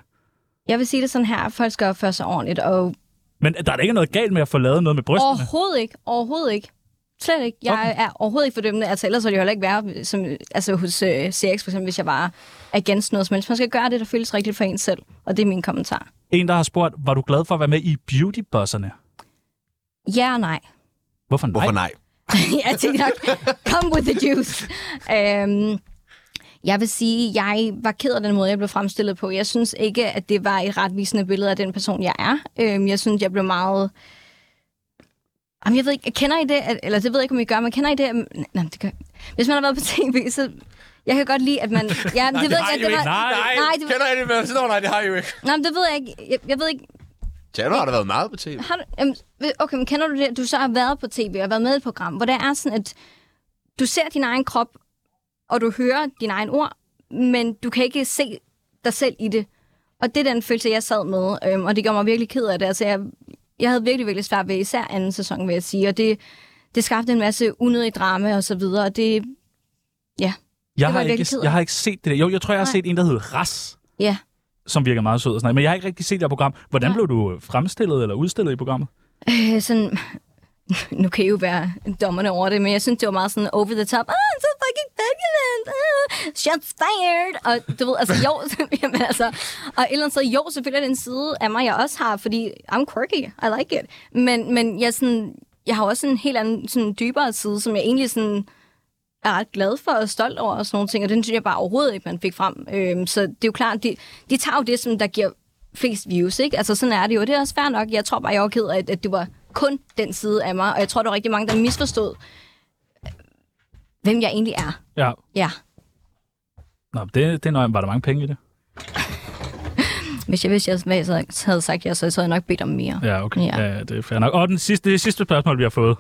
S4: Jeg vil sige det sådan her, at folk skal opføre sig ordentligt, og
S3: Men der er da ikke noget galt med at få lavet noget med brystene.
S4: Overhovedet ikke. Overhovedet ikke. Slet ikke. Jeg okay. er overhovedet ikke fordømmende. Altså, ellers ville jeg heller ikke være som, altså, hos øh, CX, for eksempel, hvis jeg var against noget. Men man skal gøre det, der føles rigtigt for en selv. Og det er min kommentar.
S3: En, der har spurgt, var du glad for at være med i beautybusserne?
S4: Ja og nej.
S3: Hvorfor nej?
S1: Hvorfor nej?
S4: [laughs] jeg tænkte nok, come with the juice. Øhm, jeg vil sige, jeg var ked af den måde, jeg blev fremstillet på. Jeg synes ikke, at det var et retvisende billede af den person, jeg er. Øhm, jeg synes, jeg blev meget... Jamen, jeg ved ikke, kender I det? At- Eller det ved jeg ikke, om I gør, men kender I det? at- Nej, men det gør Hvis man har været på tv, så... Jeg kan godt lide, at [laughs] man... Ja, men det ved jeg, at det var... nej, det var...
S1: kender jeg det? Men, Nå, nej, det har jeg jo ikke.
S4: Nej, men det ved jeg ikke. Jeg, jeg ved ikke,
S1: Tjerno har da været meget på tv.
S4: har du, jamen, ved- okay, men kender du det, at du så har været på tv og været med i et program, hvor det er sådan, at du ser din egen krop, og du hører din egen ord, men du kan ikke se dig selv i det. Og det er den følelse, jeg sad med, øhm, og det gjorde mig virkelig ked af det. Altså, jeg, jeg havde virkelig, virkelig svært ved især anden sæson, vil jeg sige, og det, det skabte en masse unødig drama og så videre, og det... Ja.
S3: Jeg
S4: det var
S3: har,
S4: jeg
S3: ikke,
S4: virkelig ked af.
S3: jeg har ikke set det der. Jo, jeg tror, jeg har
S4: Nej.
S3: set en, der hedder Ras,
S4: Ja.
S3: som virker meget sød og sådan noget. Men jeg har ikke rigtig set det her program. Hvordan blev du øh, fremstillet eller udstillet i programmet?
S4: Øh, sådan, [laughs] nu kan I jo være dommerne over det, men jeg synes, det var meget sådan over the top. Ah, I'm so fucking fabulous. Ah, shots fired. Og du ved, altså jo, [laughs] jamen, altså, og et eller andet sted, jo, selvfølgelig er det en side af mig, jeg også har, fordi I'm quirky, I like it. Men, men jeg, er sådan, jeg har også en helt anden, sådan dybere side, som jeg egentlig sådan er ret glad for og stolt over og sådan nogle ting, og den synes jeg bare overhovedet ikke, man fik frem. Øhm, så det er jo klart, de, de tager jo det, som der giver flest views, ikke? Altså sådan er det jo, det er også fair nok. Jeg tror bare, jeg var ked af, at- at det var kun den side af mig, og jeg tror, der var rigtig mange, der misforstod, øh, hvem jeg egentlig er.
S3: Ja.
S4: Ja,
S3: Nå, det, det er nøj, var der mange penge i det?
S4: hvis jeg vidste, jeg, hvad jeg så havde sagt, jeg, så, så havde jeg nok bedt om mere.
S3: Ja, okay.
S4: Ja.
S3: Ja. Ja, det er fair nok. Og den sidste, det sidste spørgsmål, vi har fået.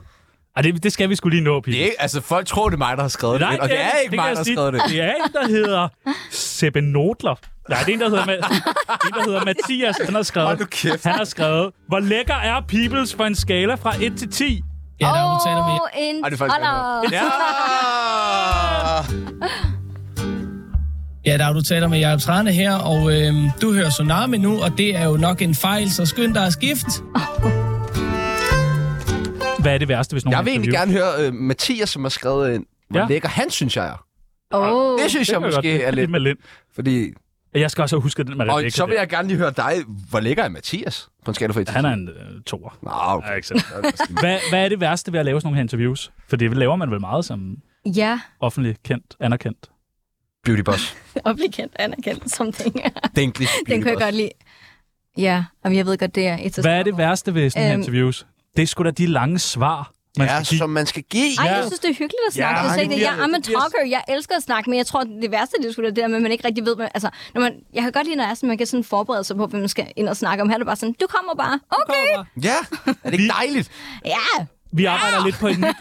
S3: Ej, det, det skal vi skulle lige nå, Pia.
S1: Det er ikke, altså, folk tror, det er mig, der har skrevet det. Og det
S3: kan-
S1: er ikke
S3: kan
S1: mig,
S3: jeg
S1: der har
S3: sige.
S1: skrevet det.
S3: Det er en, der hedder Seppe Nodler. Nej, det er en, der hedder, Ma- en, der hedder Mathias. Han har skrevet,
S1: Hold nu kæft.
S3: han har skrevet, hvor lækker er Peoples for en skala fra 1 til 10?
S4: Ja, der er hun taler med. Åh, en
S3: Ej, det er faktisk
S4: toller.
S3: godt. Ja!
S13: Ja, der er du taler med Jacob Trane her, og øh, du hører Tsunami nu, og det er jo nok en fejl, så skynd dig at skifte.
S3: Hvad er det værste, hvis nogen
S1: Jeg vil egentlig
S3: interviewer?
S1: gerne høre uh, Mathias, som har skrevet en, hvor ja. lækker han synes, jeg er.
S4: Oh.
S1: Det synes jeg
S3: kan
S1: måske
S3: godt lide.
S1: er lidt-
S3: Med Lind.
S1: Fordi...
S3: Jeg skal også have husket den med
S1: Og
S3: Rebecca
S1: så vil
S3: der.
S1: jeg gerne lige høre dig, hvor lækker er Mathias på en skala fra 1
S3: Han er en øh, toer.
S1: Nå, okay.
S3: Ja, ikke sådan. hvad, hvad er det værste ved at lave sådan nogle her interviews? For det laver man vel meget som
S4: Ja,
S3: offentlig kendt, anerkendt.
S1: Beauty boss.
S4: og blive kendt, anerkendt som ting.
S1: Dænkelig
S4: den kunne jeg godt lide. Ja, og jeg ved godt, det er et
S3: Hvad er det værste ved sådan nogle
S4: Øhm.
S3: interviews? Det er sgu da de lange svar, man
S1: Ja,
S3: skal give.
S1: som man skal give.
S4: Ej, jeg synes, det er hyggeligt at snakke.
S3: Ja,
S4: Ja, det er
S3: det
S4: slet ikke det.
S3: bliver-
S4: Jeg er en
S3: det bliver-
S4: talker. Jeg elsker at snakke, men jeg tror, det værste det skulle være det der med, at man ikke rigtig ved... Hvad, altså, når man, jeg kan godt lide, når jeg er sådan, man kan sådan forberede sig på, hvad man skal ind og snakke om. Her er det bare sådan, du kommer bare. Okay.
S1: Ja, er det ikke dejligt?
S4: Ja.
S3: Vi arbejder lidt på et nyt,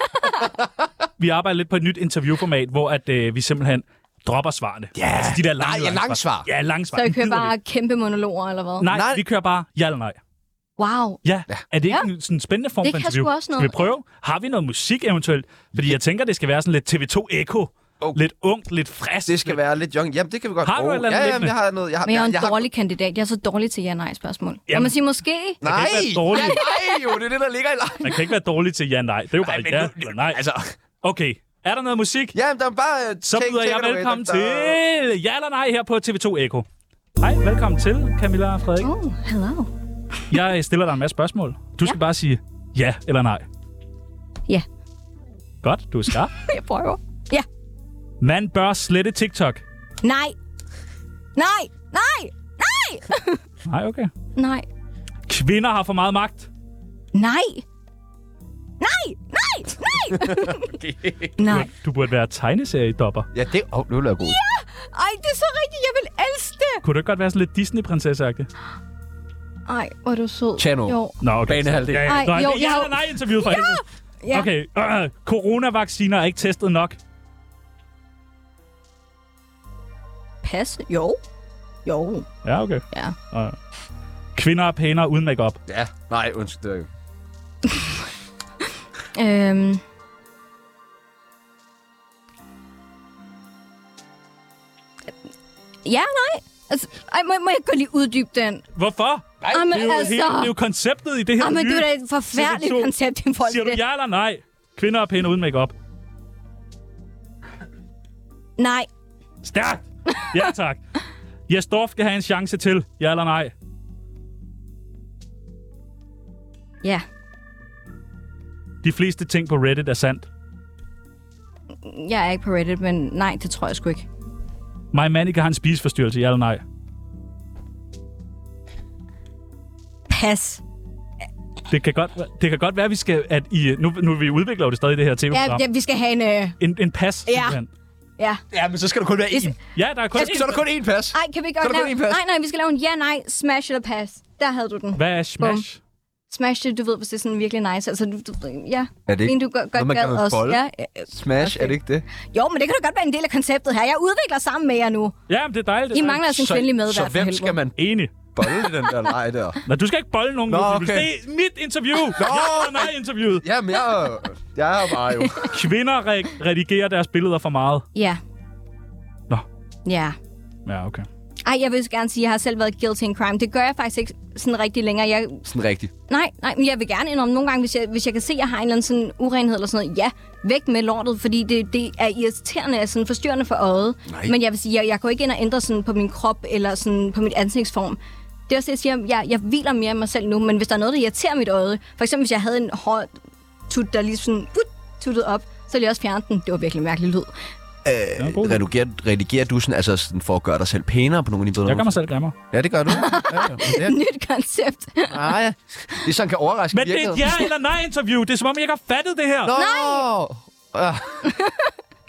S4: [laughs]
S3: vi arbejder lidt på et nyt interviewformat, hvor at, øh, vi simpelthen dropper svarene. Ja, altså, de der lange,
S1: Nej, ja, lange svar.
S3: Ja, lange svar.
S4: Så I
S3: Dem
S4: kører
S3: gider vi
S4: bare kæmpe monologer, eller hvad?
S3: ikke. Nej, nej, vi kører bare ja eller nej.
S4: Wow.
S3: Ja, er det ikke en sådan spændende form
S4: Det
S3: for
S4: kan
S3: interview?
S4: sgu også
S3: Skal
S4: noget.
S3: vi prøve? Har vi noget musik eventuelt? Fordi jeg tænker, det skal være sådan lidt TV2 Echo. Oh. Lidt ungt, lidt frisk.
S1: Det skal være lidt young. Jamen, det kan vi godt
S3: Har du
S1: bruge.
S3: et eller andet
S1: ja, jamen,
S3: liggende?
S1: jeg har noget. Jeg har,
S4: Men jeg er jo
S1: jeg
S4: en
S1: har...
S4: dårlig kandidat. Jeg er så dårlig til ja-nej-spørgsmål. Kan
S3: Jamen.
S4: man sige måske?
S1: Nej,
S3: ikke være dårlig.
S1: Ja, nej, jo, det er det, der ligger i lejen.
S3: Man kan ikke være dårlig til ja nej. Det er jo bare ja eller nej. Altså... Okay, er der noget musik?
S1: Ja, der er bare... Uh,
S3: Så byder jeg velkommen til ja eller nej her på TV2 Echo. Hej, velkommen til, Camilla og Frederik.
S4: Oh, hello.
S3: Jeg stiller dig en masse spørgsmål. Du skal bare sige ja eller nej.
S4: Ja.
S3: Godt, du er skarp.
S4: Jeg prøver. Ja.
S3: Man bør slette TikTok.
S4: Nej. Nej. Nej. Nej. [laughs]
S3: Nej, okay.
S4: Nej.
S3: Kvinder har for meget magt.
S4: Nej. Nej. Nej.
S3: [laughs]
S4: Nej. Nej.
S3: Du burde være tegneseriedopper.
S1: Ja, det oh, nu er jeg god.
S4: Ej, det er så rigtigt. Jeg vil elske det.
S3: Kunne du ikke godt være sådan lidt Disney-prinsesseagtig?
S4: Ej, hvor er du sød.
S1: Channel.
S4: Jo.
S3: Nå, okay.
S1: Banehalvdel.
S3: Ja, ja.
S4: Ej,
S3: Nå,
S4: jo,
S3: det er ja
S4: jeg-
S3: eller nej interviewet for helvede.
S4: Ja.
S3: Okay, øh, coronavacciner er ikke testet nok.
S4: Pas. Jo. Jo.
S3: Ja, okay.
S4: Ja.
S3: Øh. Kvinder er pænere uden makeup.
S1: Ja, nej, undskyld. Det var ikke.
S4: Øhm. Ja, nej. Altså, ej, må, må jeg godt lige uddybe den?
S3: Hvorfor? Nej,
S4: Jamen,
S3: det, er jo
S4: altså-
S3: helt, det er jo konceptet i det her
S4: Jamen,
S3: nye.
S4: det er da et forfærdeligt
S3: sæson to.
S4: koncept i forhold
S3: Siger
S4: til
S3: du
S4: det.
S3: ja eller nej? Kvinder er pæne uden makeup.
S4: Nej.
S3: Stærkt!
S4: [laughs]
S3: Ja, tak. Jes Dorf skal have en chance til. Ja eller nej?
S4: Ja.
S3: De fleste ting på Reddit er sandt.
S4: Jeg er ikke på Reddit, men nej, det tror jeg sgu ikke.
S3: My Manica har en spiseforstyrrelse. Ja eller nej?
S4: Pas.
S3: Det kan godt, det kan godt være, at vi skal... At I, nu, nu vi udvikler jo det stadig, det her
S4: Ja,
S3: tv-program.
S4: ja, vi skal have en... Øh,
S3: En, en pas,
S4: Ja.
S3: simpelthen.
S4: ja.
S1: Ja, men så skal du kun være
S4: Hvis-
S1: én.
S3: Ja, der er kun...
S1: Så er der kun én pas.
S4: Ej, kan vi ikke
S1: Så er
S4: godt
S1: der kun
S4: lave...
S1: én pas.
S4: Nej, nej, vi skal lave en ja-nej, smash eller pas. Der havde du den.
S3: Hvad er smash?
S4: Smash det, du ved, hvis det er sådan virkelig nice. Altså, du, du, ja.
S1: Er det ikke
S4: En, du godt, godt
S1: noget, man
S4: gad
S1: kan
S4: også.
S1: folde?
S4: Ja, ja, ja.
S1: Smash, er det ikke det?
S4: Jo, men det kan da godt være en del af konceptet her. Jeg udvikler sammen med jer nu.
S3: Ja, men det er dejligt. det er
S4: I mangler altså en kvindelig medvært.
S1: Så
S4: for
S1: hvem
S4: helvede.
S1: skal man
S3: Enig.
S1: bolle i den der leg der?
S3: Nå, du skal ikke bolde nogen.
S1: Nå,
S3: Nå, okay.
S1: okay.
S3: Det er mit interview. Nå, nej, interviewet.
S1: Jamen, jeg, jeg er bare jo...
S3: Kvinder re- redigerer deres billeder for meget.
S4: Ja.
S3: Nå.
S4: Ja.
S3: Ja, okay.
S4: Ej, jeg vil så gerne sige, at jeg har selv været guilty in crime. Det gør jeg faktisk ikke sådan rigtig længere. Jeg,
S1: Sådan rigtigt.
S4: nej, nej, men jeg vil gerne indrømme nogle gange, hvis jeg, hvis jeg kan se, at jeg har en eller anden sådan urenhed eller sådan noget. Ja, væk med lortet, fordi det, det er irriterende og sådan forstyrrende for øjet.
S1: Nej.
S4: Men jeg vil sige, jeg, jeg går ikke ind og ændrer sådan på min krop eller sådan på mit ansigtsform. Det er også det, jeg siger. Jeg, jeg hviler mere i mig selv nu, men hvis der er noget, der irriterer mit øje, for eksempel hvis jeg havde en hård tut, der lige sådan uh, tuttet op, så ville jeg også fjerne den. Det var virkelig en mærkelig lyd.
S1: Øh, redigerer, redigerer du sådan, altså sådan for at gøre dig selv pænere på nogle af de billeder?
S3: Jeg gør mig selv grimmer.
S1: Ja, det gør du. Ja, ja. Men det-
S4: [laughs] Nyt koncept.
S1: Nej, ja. det er sådan, kan overraske
S3: Men det er et ja eller nej interview. Det er som om, jeg ikke har fattet det her.
S1: Nå! Ah,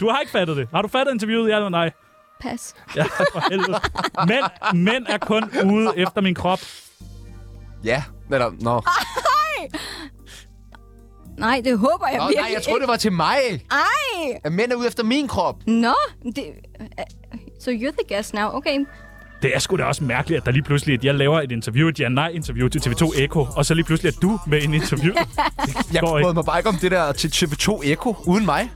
S3: Du har ikke fattet det. Har du fattet interviewet, ja eller nej?
S4: Pas.
S3: Ja, [laughs] for helvede. Mænd, mænd er kun ude efter min krop.
S1: Ja, netop. Nå.
S4: Nej, det håber jeg
S1: Nå,
S4: virkelig
S1: nej, jeg troede, det var til mig.
S4: Ej!
S1: At mænd er ude efter min krop.
S4: Nå, det... Uh, so you're the guest now, okay.
S3: Det er sgu da også mærkeligt, at der lige pludselig, at jeg laver et interview, et ja-nej-interview til TV2 Eko, og så lige pludselig er du med i en interview.
S1: Jeg
S3: Går ikke.
S1: brød mig bare ikke om det der til TV2 Eko uden mig.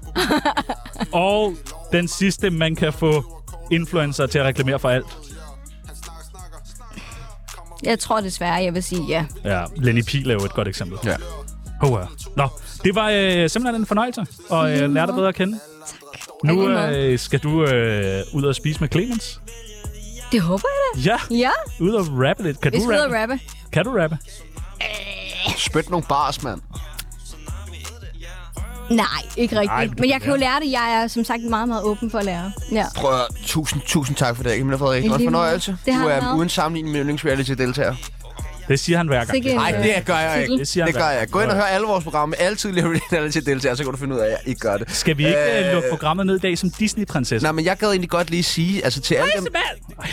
S3: Og den sidste, man kan få influencer til at reklamere for alt.
S4: Jeg tror desværre, jeg vil sige ja.
S3: Ja, Lenny Pihl er jo et godt eksempel.
S1: Ja.
S3: Hoa. Nå, det var øh, simpelthen en fornøjelse og øh, lære dig bedre at kende. Tak. Nu øh, skal du øh, ud og spise med Clemens.
S4: Det håber jeg da.
S3: Ja,
S4: Ja,
S3: ud og rappe lidt. Kan
S4: vi
S3: du
S4: skal ud og
S3: rappe?
S4: rappe.
S3: Kan du rappe?
S1: Spyt nogle bars, mand.
S4: Nej, ikke
S3: Nej, men
S4: rigtigt. Ej,
S3: du
S4: men
S3: kan
S4: jeg kan jo lære det. Jeg er som sagt meget, meget åben for at lære. Ja.
S1: Prøv at, tusind, tusind tak for det, Emil og Frederik.
S4: I
S1: Det var en
S4: lige måde.
S1: fornøjelse.
S4: Det har
S1: du
S4: det
S1: er
S4: været.
S1: uden sammenligning min yndlingsreality-deltager.
S3: Det siger han hver gang.
S4: Sikke en,
S1: Nej,
S4: øh,
S1: det gør jeg ikke.
S4: titel.
S3: Det siger han
S1: Det gør
S3: hver
S1: jeg.
S3: gang.
S1: Gå ind og hør alle vores programmer. Alle tidligere reality-deltagere, så kan du finde ud af, at jeg ikke gør det.
S3: Skal vi ikke øh, lukke programmet ned i dag som Disney-prinsesse?
S1: Nej, men jeg gad egentlig godt lige sige, altså til alle dem,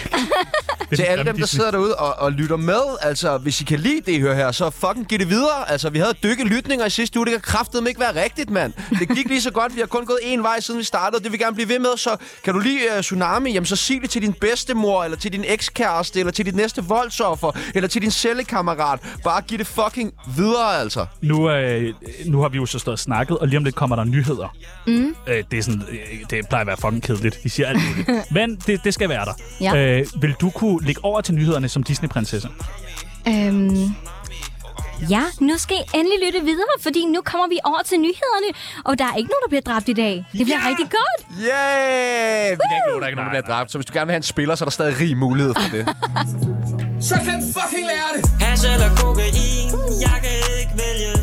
S3: er
S1: til
S3: den
S1: alle
S3: grimme
S1: dem der
S3: Disney.
S1: sidder derude og, og lytter med, altså hvis I kan lide det, I hører her, så fucking giv det videre. Altså vi havde dykke lytninger i sidste uge, det kan kraftedeme ikke være rigtigt, mand. Det gik lige så godt, vi har kun gået én vej, siden vi startede, og det vil vi gerne blive ved med. Så kan du lide uh, Tsunami, jamen så sig det til din bedstemor, eller til din ekskæreste, eller til dit næste voldsoffer, eller til din cellekammerat. Bare giv det fucking videre, altså.
S3: Nu, øh, nu har vi jo så stået og snakket, og lige om lidt kommer der nyheder.
S4: Mm.
S3: Øh, det, er sådan, øh, det plejer at være fucking kedeligt. De siger alt
S4: [laughs]
S3: muligt. Men det, det skal være der.
S4: Ja.
S3: Øh, vil du kunne lægge over til nyhederne som Disney-prinsesse?
S4: Øhm, ja, nu skal I endelig lytte videre, fordi nu kommer vi over til nyhederne. Og der er ikke nogen, der bliver dræbt i dag. Det bliver
S3: Ja!
S4: rigtig godt.
S1: Yeah! Vi kan ikke nå, der er ikke nogen, der bliver dræbt. Så hvis du gerne vil have en spiller, så er der stadig rig mulighed for det.
S11: Hash eller kokain, jeg kan ikke vælge